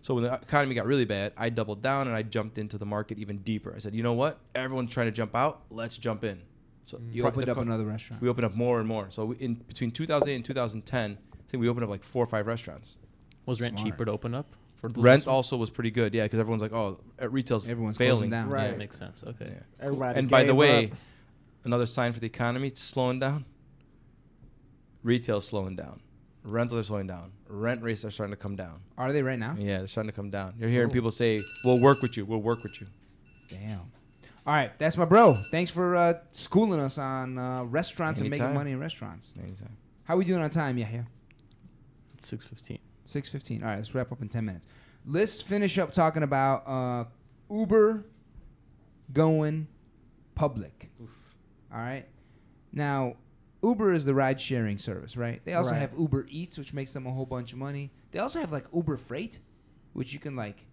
So when the economy got really bad, I doubled down and I jumped into the market even deeper. I said, you know what? Everyone's trying to jump out. Let's jump in. So You pro- opened the up co- another Mm. restaurant. We opened up more and more. So we, in between 2008 and 2010, I think we opened up like four or five restaurants. Was rent Smart. cheaper to open up for the Rent also was pretty good, yeah, because everyone's like, oh, at retail's Everyone's closing failing down. Right. That makes sense. Okay. Yeah. Everybody. and by the gave way, up. another sign for the economy it's slowing down. Retail's slowing down. Rentals are slowing down. Rent rates are starting to come down. Are they right now? Yeah, they're starting to come down. You're hearing Cool. people say, "We'll work with you. We'll work with you." Damn. All right, that's my bro. Thanks for uh, schooling us on uh, restaurants and making Anytime. money in restaurants. Anytime. How we doing on time, Yahya? Six fifteen. Six fifteen. All right, let's wrap up in ten minutes. Let's finish up talking about uh, Uber going public. All right. Now, Uber is the ride sharing service, right? They also Right. have Uber Eats, which makes them a whole bunch of money. They also have like Uber Freight, which you can like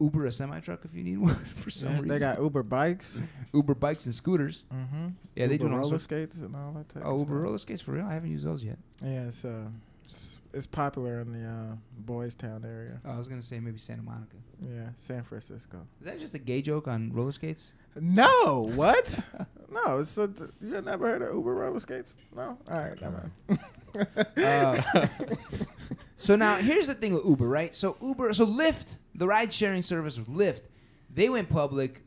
Uber a semi truck if you need one for some Yeah, reason. they got Uber bikes. Uber bikes and scooters. Mm-hmm. Yeah, they Uber do all roller sorts- skates and all that. Type Oh, of Uber stuff. roller skates for real? I haven't used those yet. Yeah, it's uh, it's, it's popular in the uh, Boys Town area. Oh, I was gonna say maybe Santa Monica. Yeah, San Francisco. Is that just a gay joke on roller skates? No, what? no, it's a, you never heard of Uber roller skates? No, all right, never mind. Uh, so now here's the thing with Uber, right? So Uber, so Lyft, the ride sharing service of Lyft, they went public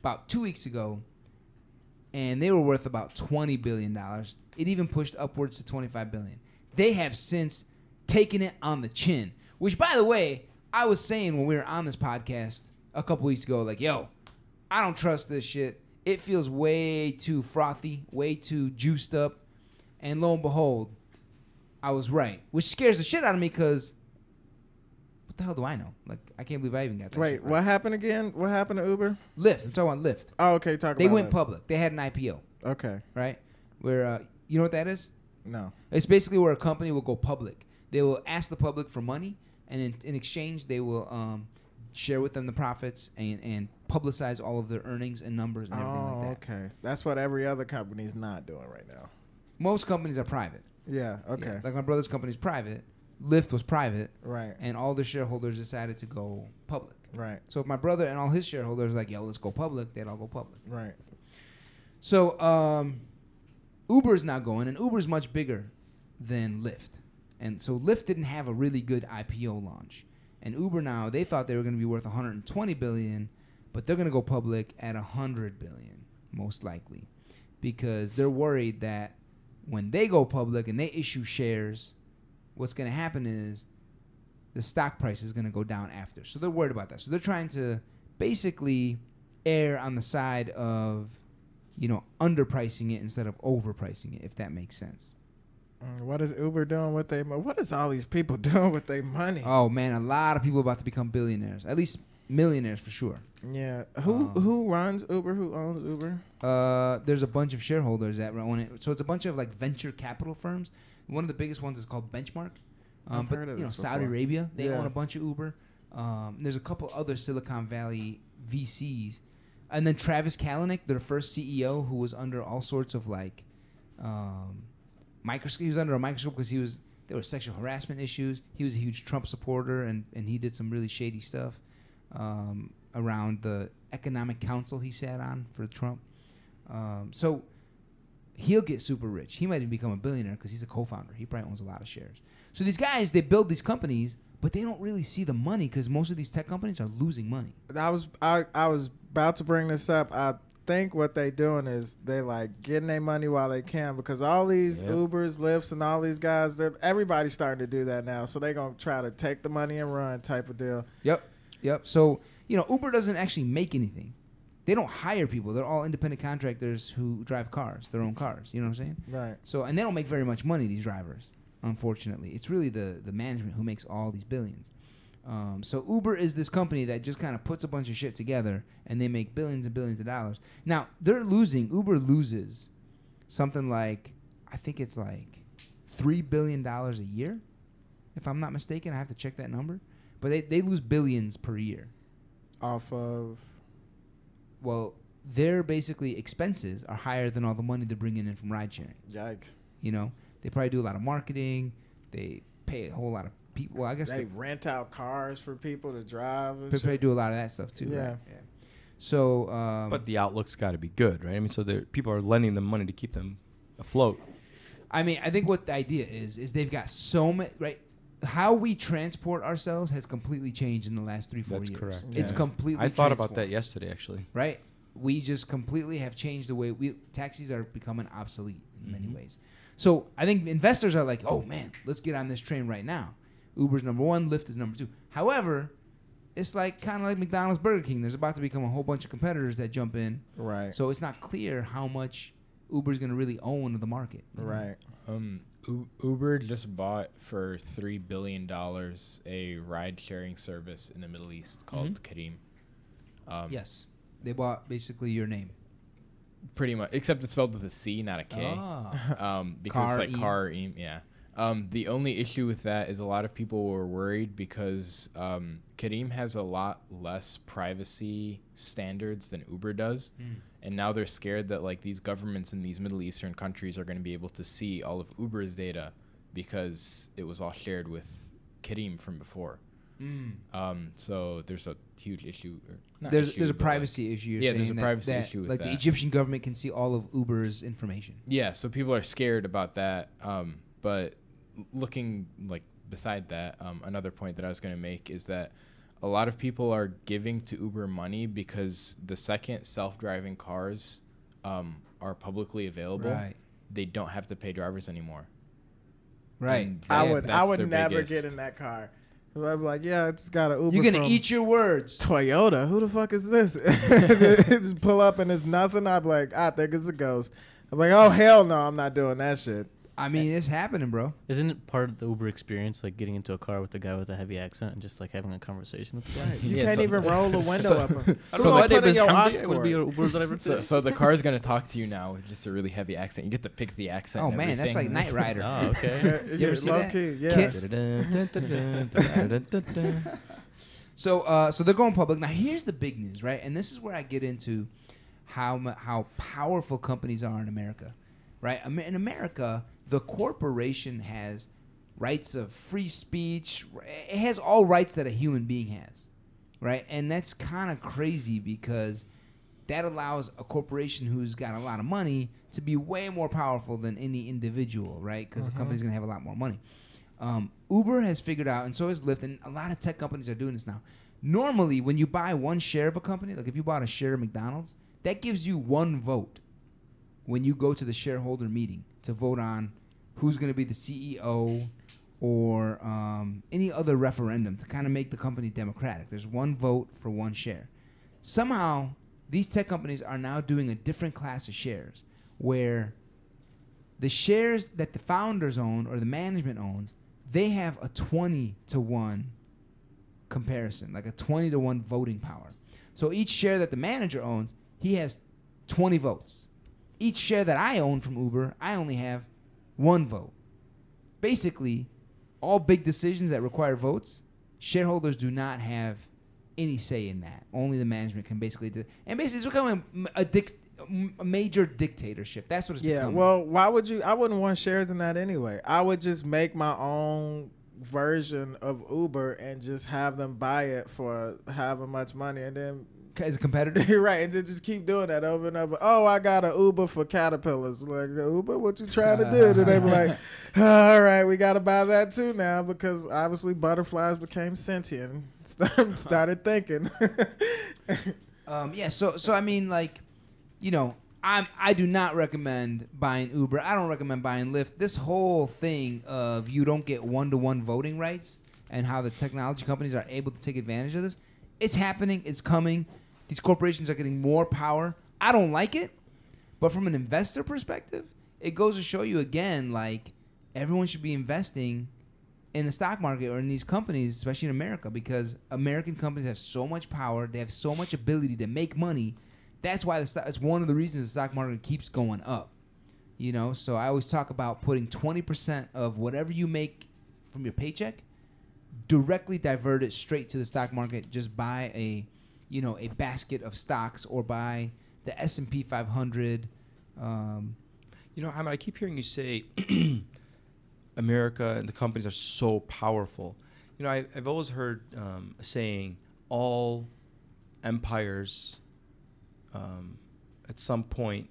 about two weeks ago, and they were worth about twenty billion dollars. It even pushed upwards to twenty-five billion. They have since taken it on the chin. Which, by the way, I was saying when we were on this podcast a couple weeks ago, like, yo, I don't trust this shit. It feels way too frothy, way too juiced up. And lo and behold, I was right, which scares the shit out of me because what the hell do I know? Like, I can't believe I even got that. Wait, shit right. what happened again? What happened to Uber? Lyft. I'm talking about Lyft. Oh, okay, talk They about went that. public. They had an IPO, Okay, right? Where uh, you know what that is? no. It's basically where a company will go public. They will ask the public for money, and in, in exchange, they will um, share with them the profits and, and publicize all of their earnings and numbers and everything Oh, like that. okay. That's what every other company's not doing right now. Most companies are private. Yeah. Okay. Yeah, like my brother's company's private. Lyft was private, Right. and all the shareholders decided to go public. Right. So if my brother and all his shareholders were like, yo, let's go public, they'd all go public. Right. So um, Uber's not going, and Uber's much bigger than Lyft. And so Lyft didn't have a really good IPO launch. And Uber now, they thought they were going to be worth 120 billion, but they're going to go public at 100 billion most likely because they're worried that when they go public and they issue shares, what's going to happen is the stock price is going to go down after. So they're worried about that. So they're trying to basically err on the side of you know underpricing it instead of overpricing it if that makes sense. Mm, What is Uber doing with their money? What is all these people doing with their money? Oh man, a lot of people about to become billionaires. At least millionaires for sure. yeah. Who Um, who runs Uber? Who owns Uber? Uh, there's a bunch of shareholders that own it. So it's a bunch of like venture capital firms. One of the biggest ones is called Benchmark. Um, I've but heard of you know this Saudi before. Arabia, they Yeah. own a bunch of Uber. Um, there's a couple other Silicon Valley VCs, and then Travis Kalanick, their first CEO, who was under all sorts of like um, microscope. He was under a microscope because he was there were sexual harassment issues. He was a huge Trump supporter, and and he did some really shady stuff um, around the Economic Council he sat on for Trump. Um, so he'll get super rich. He might even become a billionaire because he's a co-founder. He probably owns a lot of shares. So these guys, they build these companies, but they don't really see the money because most of these tech companies are losing money. I was I, I was about to bring this up. I think what they doing is they like getting their money while they can because all these Yep. Ubers, Lyfts, and all these guys, they're everybody's starting to do that now. So they gonna try to take the money and run type of deal. Yep. Yep. So, you know, Uber doesn't actually make anything. They don't hire people. They're all independent contractors who drive cars, their own cars. You know what I'm saying? Right. So, and they don't make very much money. These drivers, unfortunately, it's really the the management who makes all these billions. Um, so Uber is this company that just kind of puts a bunch of shit together, and they make billions and billions of dollars. Now they're losing. Uber loses something like I think it's like three billion dollars a year, if I'm not mistaken. I have to check that number, but they they lose billions per year. Off of Well, their basically expenses are higher than all the money they're bringing in from ride sharing. yikes. You know, they probably do a lot of marketing. They pay a whole lot of people. Well, I guess They they, rent out cars for people to drive. And they probably shit. do a lot of that stuff too. Yeah. right? yeah. So, um, But the outlook's got to be good, right? I mean, so they're- people are lending them money to keep them afloat. I mean, I think what the idea is is they've got so much right. How we transport ourselves has completely changed in the last three, four That's years. correct. It's Yes. completely. I thought about that transformed, yesterday, actually. Right. We just completely have changed the way we taxis are becoming obsolete in many Mm-hmm. Mhm. ways. So I think investors are like, oh man, let's get on this train right now. Uber's number one, Lyft is number two. However, it's like kind of like McDonald's, Burger King. There's about to become a whole bunch of competitors that jump in. Right. So it's not clear how much Uber's going to really own the market. Right. Um, U- Uber just bought for three billion dollars a ride-sharing service in the Middle East called Kareem. Um, Yes. They bought basically your name. pretty much, except it's spelled with a C, not a K. Ah. Um, because like Kareem. car, yeah. Um, the only issue with that is a lot of people were worried because um, Kareem has a lot less privacy standards than Uber does, Hmm. and now they're scared that like these governments in these Middle Eastern countries are going to be able to see all of Uber's data because it was all shared with Kareem from before. Um, so there's a huge issue. Or not There's issue, there's a but, like- privacy issue. You're yeah, there's saying a that- privacy that, issue with like the that. Egyptian government can see all of Uber's information. Yeah, so people are scared about that. Um, but looking like beside that, um, another point that I was going to make is that a lot of people are giving to Uber money because the second self-driving cars um, are publicly available, Right. they don't have to pay drivers anymore. Right. And I that- would I that's would their never get biggest- in that car. I'd be like, yeah, it's got an Uber. You're going from- to eat your words. Toyota. Who the fuck is this? just pull up and it's nothing. I'm like, I think it's a ghost. I'm like, oh hell no, I'm not doing that shit. I mean, it's happening, bro. Isn't it part of the Uber experience, like getting into a car with a guy with a heavy accent and just like having a conversation with the guy? You Yeah, can't so- even roll the window so- up. I Who don't know gonna why put they in was your hungry. odds I would be score? an Uber driver So, today. so the car is going to talk to you now with just a really heavy accent. You get to pick the accent. Oh and man, that's like Knight everything. Ah, Rider. Oh, okay. Yeah, You yeah, ever seen low that? key, yeah. Kid- Da-da-da-da-da-da-da-da-da-da. So uh, so they're going public. Now here's the big news, right? And this is where I get into how mu- how powerful companies are in America, right? Am- In America, the corporation has rights of free speech. It has all rights that a human being has, right? And that's kind of crazy because that allows a corporation who's got a lot of money to be way more powerful than any individual, right? Because the company's going to have a lot more money. Um, Uber has figured out, and so has Lyft, and a lot of tech companies are doing this now. Normally, when you buy one share of a company, like if you bought a share of McDonald's, that gives you one vote when you go to the shareholder meeting to vote on who's going to be the CEO or um, any other referendum to kind of make the company democratic. There's one vote for one share. Somehow, these tech companies are now doing a different class of shares where the shares that the founders own or the management owns, they have a 20 to 1 comparison, like a 20 to 1 voting power. So each share that the manager owns, he has 20 votes. Each share that I own from Uber, I only have one vote. Basically, all big decisions that require votes, shareholders do not have any say in that. Only the management can basically do. And basically, it's becoming a, dic- a major dictatorship. That's what it's Yeah. becoming. Well, why would you? I wouldn't want shares in that anyway. I would just make my own version of Uber and just have them buy it for however much money, and then as a competitor. you're right, and then just keep doing that over and over. Oh, I got a Uber for caterpillars. Like Uber, what you trying to do? Then they be like, "Ah, all right, we got to buy that too now because obviously butterflies became sentient, Uh-huh. and started thinking. Um, yeah, so so I mean, like, you know, I'm I do not recommend buying Uber. I don't recommend buying Lyft. This whole thing of you don't get one to one voting rights and how the technology companies are able to take advantage of this, it's happening. It's coming. These corporations are getting more power. I don't like it, but from an investor perspective, it goes to show you again, like everyone should be investing in the stock market or in these companies, especially in America, because American companies have so much power, they have so much ability to make money. That's why the stock, it's one of the reasons the stock market keeps going up. You know, so I always talk about putting 20% of whatever you make from your paycheck directly divert it straight to the stock market just buy a you know a basket of stocks or buy the S&P 500 um, You know, Ahmed, I keep hearing you say America and the companies are so powerful. You know, I, I've always heard um, a saying all empires um, at some point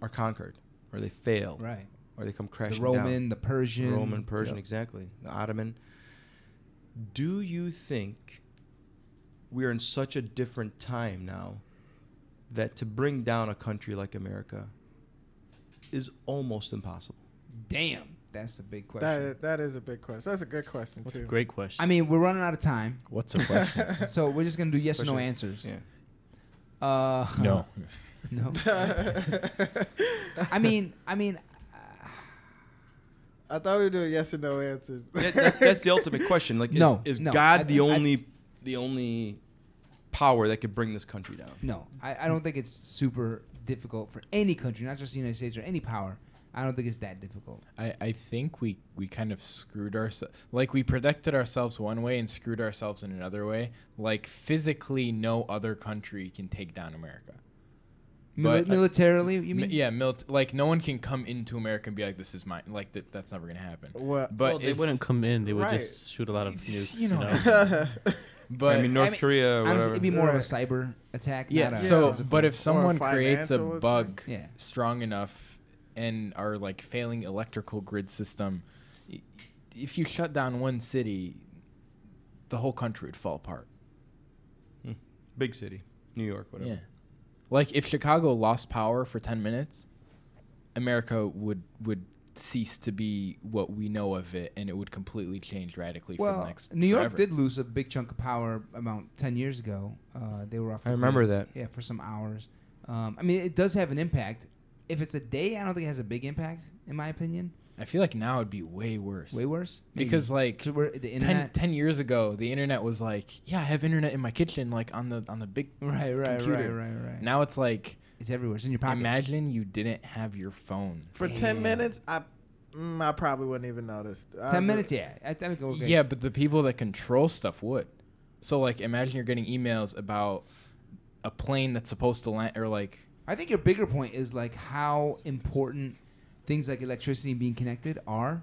are conquered or they fail right or they come the Oh, crashing down. Roman the Persian Roman, Persian, Yep. exactly. The Ottoman. Do you think we're in such a different time now that to bring down a country like America is almost impossible? damn that's a big question that that is a big question. That's a good question That's too. a great question. I mean we're running out of time What's the question? so we're just going to do yes or no Question. answers Yeah. uh no. no I mean I mean uh, I thought we were doing yes or no answers. That, that's, that's the ultimate question. Like, is, No, is no, God I- the I- only the only power that could bring this country down? No, I, I don't think it's super difficult for any country, not just the United States or any power. I don't think it's that difficult. I, I think we, we kind of screwed ourselves. Like, we protected ourselves one way and screwed ourselves in another way. Like, physically, no other country can take down America. Mili- But- militarily, you Mi- mean? yeah, mil- like, no one can come into America and be like, this is mine. Like, that, that's never going to happen. What? But well, they if- wouldn't come in. They would Right. just shoot a lot of nukes. You You know. know, But I mean, North I mean, Korea, or Honestly, whatever. it'd be more of a Right. cyber attack. Yeah. Not a, So, physical but if someone or creates a financial attack. bug Yeah. strong enough and our like failing electrical grid system, y- if you shut down one city, the whole country would fall apart. Big city, New York, whatever. Yeah. Like if Chicago lost power for 10 minutes, America would would cease to be what we know of it and it would completely change radically for well, the next New York forever. did lose a big chunk of power about ten years ago. Uh, they were off. the I remember grid, that. Yeah, for some hours. Um, I mean, it does have an impact. If it's a day, I don't think it has a big impact, in my opinion. I feel like now it'd be way worse. Way worse Maybe. because like 'Cause we're the 10, internet. 10 years ago, the internet was like, yeah, I have internet in my kitchen, like on the on the big. right, right, computer. right, right, right. Now it's like, it's everywhere. It's in your pocket. imagine you didn't have your phone. For Damn. ten minutes, I mm, I probably wouldn't even notice. I Uh, Ten would- minutes, yeah. I think okay. Yeah, but the people that control stuff would. So like, imagine you're getting emails about a plane that's supposed to land, or like, I think your bigger point is like how important things like electricity being connected are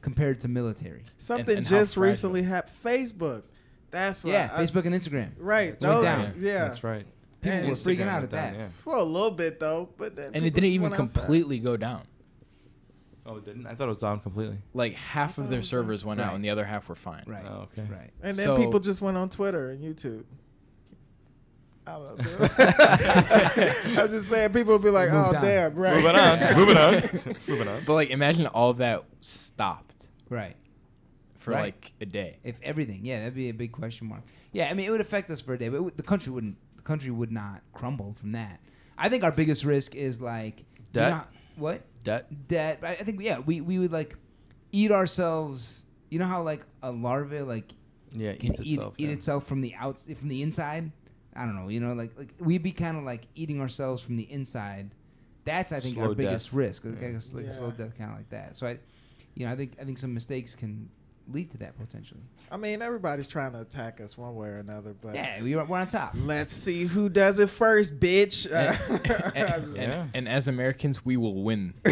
compared to military. Something and how just fragile. recently happened. Facebook. That's what. yeah, I- Facebook and Instagram. Right. That's went Those. down. Yeah. That's right. People And were Instagram freaking out went at down, that. For a little bit though, but then and people it didn't just even went outside. completely go down. yeah. Oh, it didn't? I thought it was down completely. Like half of their servers went Right. out, and the other half were fine. Right. Oh, okay. Right. And then So- people just went on Twitter and YouTube. I don't know. I'm just saying, people would be like, We moved "Oh on. damn, right." Moving on. Moving on. Moving on. But like, imagine all of that stopped Right. for Right. like a day. If everything, yeah, that'd be a big question mark. Yeah, I mean, it would affect us for a day, but it would- the country wouldn't. The country would not crumble from that. I think our biggest risk is like you Debt? know- what Debt. debt? But I I think yeah, we we would like eat ourselves. You know how like a larva like Yeah, it can eats eat, itself. eat yeah. itself from the outs from the inside. I don't know, you know, like like we'd be kind of like eating ourselves from the inside. That's I think our Slow biggest death. risk, like, Yeah. a, s- like a slow Yeah. death, kind of like that. So I, you know, I think I think some mistakes can lead to that potentially. I mean, everybody's trying to attack us one way or another, but Yeah, we are, we're on top. let's see who does it first, bitch. Uh, and, and- Yeah. and as Americans, we will win.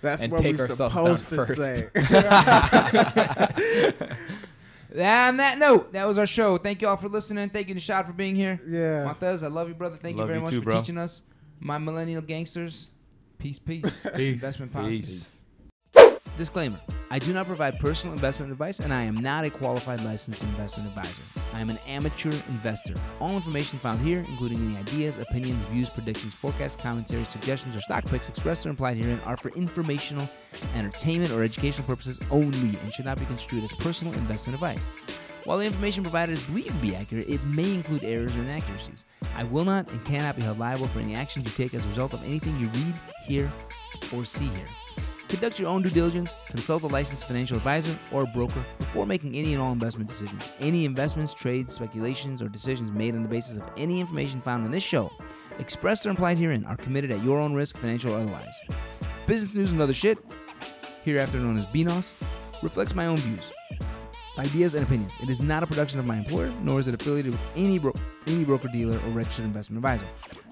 That's And what take we're ourselves down supposed to first. say. On that note, that was our show. Thank you all for listening. Thank you, Nishad, for being here. yeah. Montez, I love you, brother. Thank Love you very you much too, for bro. teaching us. My millennial gangsters, peace, peace. Investment policies. Peace. Disclaimer I do not provide personal investment advice, and I am not a qualified licensed investment advisor. I am an amateur investor. All information found here, including any ideas, opinions, views, predictions, forecasts, commentaries, suggestions, or stock picks expressed or implied herein, are for informational, entertainment, or educational purposes only and should not be construed as personal investment advice. While the information provided is believed to be accurate, it may include errors or inaccuracies. I will not and cannot be held liable for any actions you take as a result of anything you read, hear, or see here. Conduct your own due diligence, consult a licensed financial advisor or broker before making any and all investment decisions. Any investments, trades, speculations, or decisions made on the basis of any information found in this show, expressed or implied herein, are committed at your own risk, financial or otherwise. Business news and other shit, hereafter known as BNOS, reflects my own views, ideas, and opinions. It is not a production of my employer, nor is it affiliated with any bro- any broker dealer or registered investment advisor.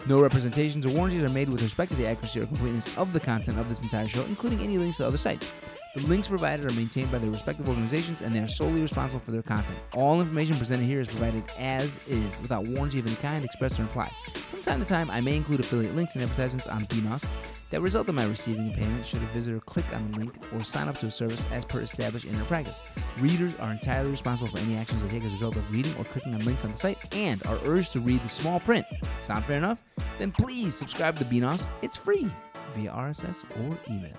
No representations or warranties are made with respect to the accuracy or completeness of the content of this entire show, including any links to other sites. The links provided are maintained by their respective organizations and they are solely responsible for their content. All information presented here is provided as is, without warranty of any kind, expressed or implied. From time to time, I may include affiliate links and advertisements on BNOS that result in my receiving a payment should a visitor click on the link or sign up to a service as per established in their practice. Readers are entirely responsible for any actions they take as a result of reading or clicking on links on the site and are urged to read the small print. Sound fair enough? Then please subscribe to BNOS. It's free via RSS or email.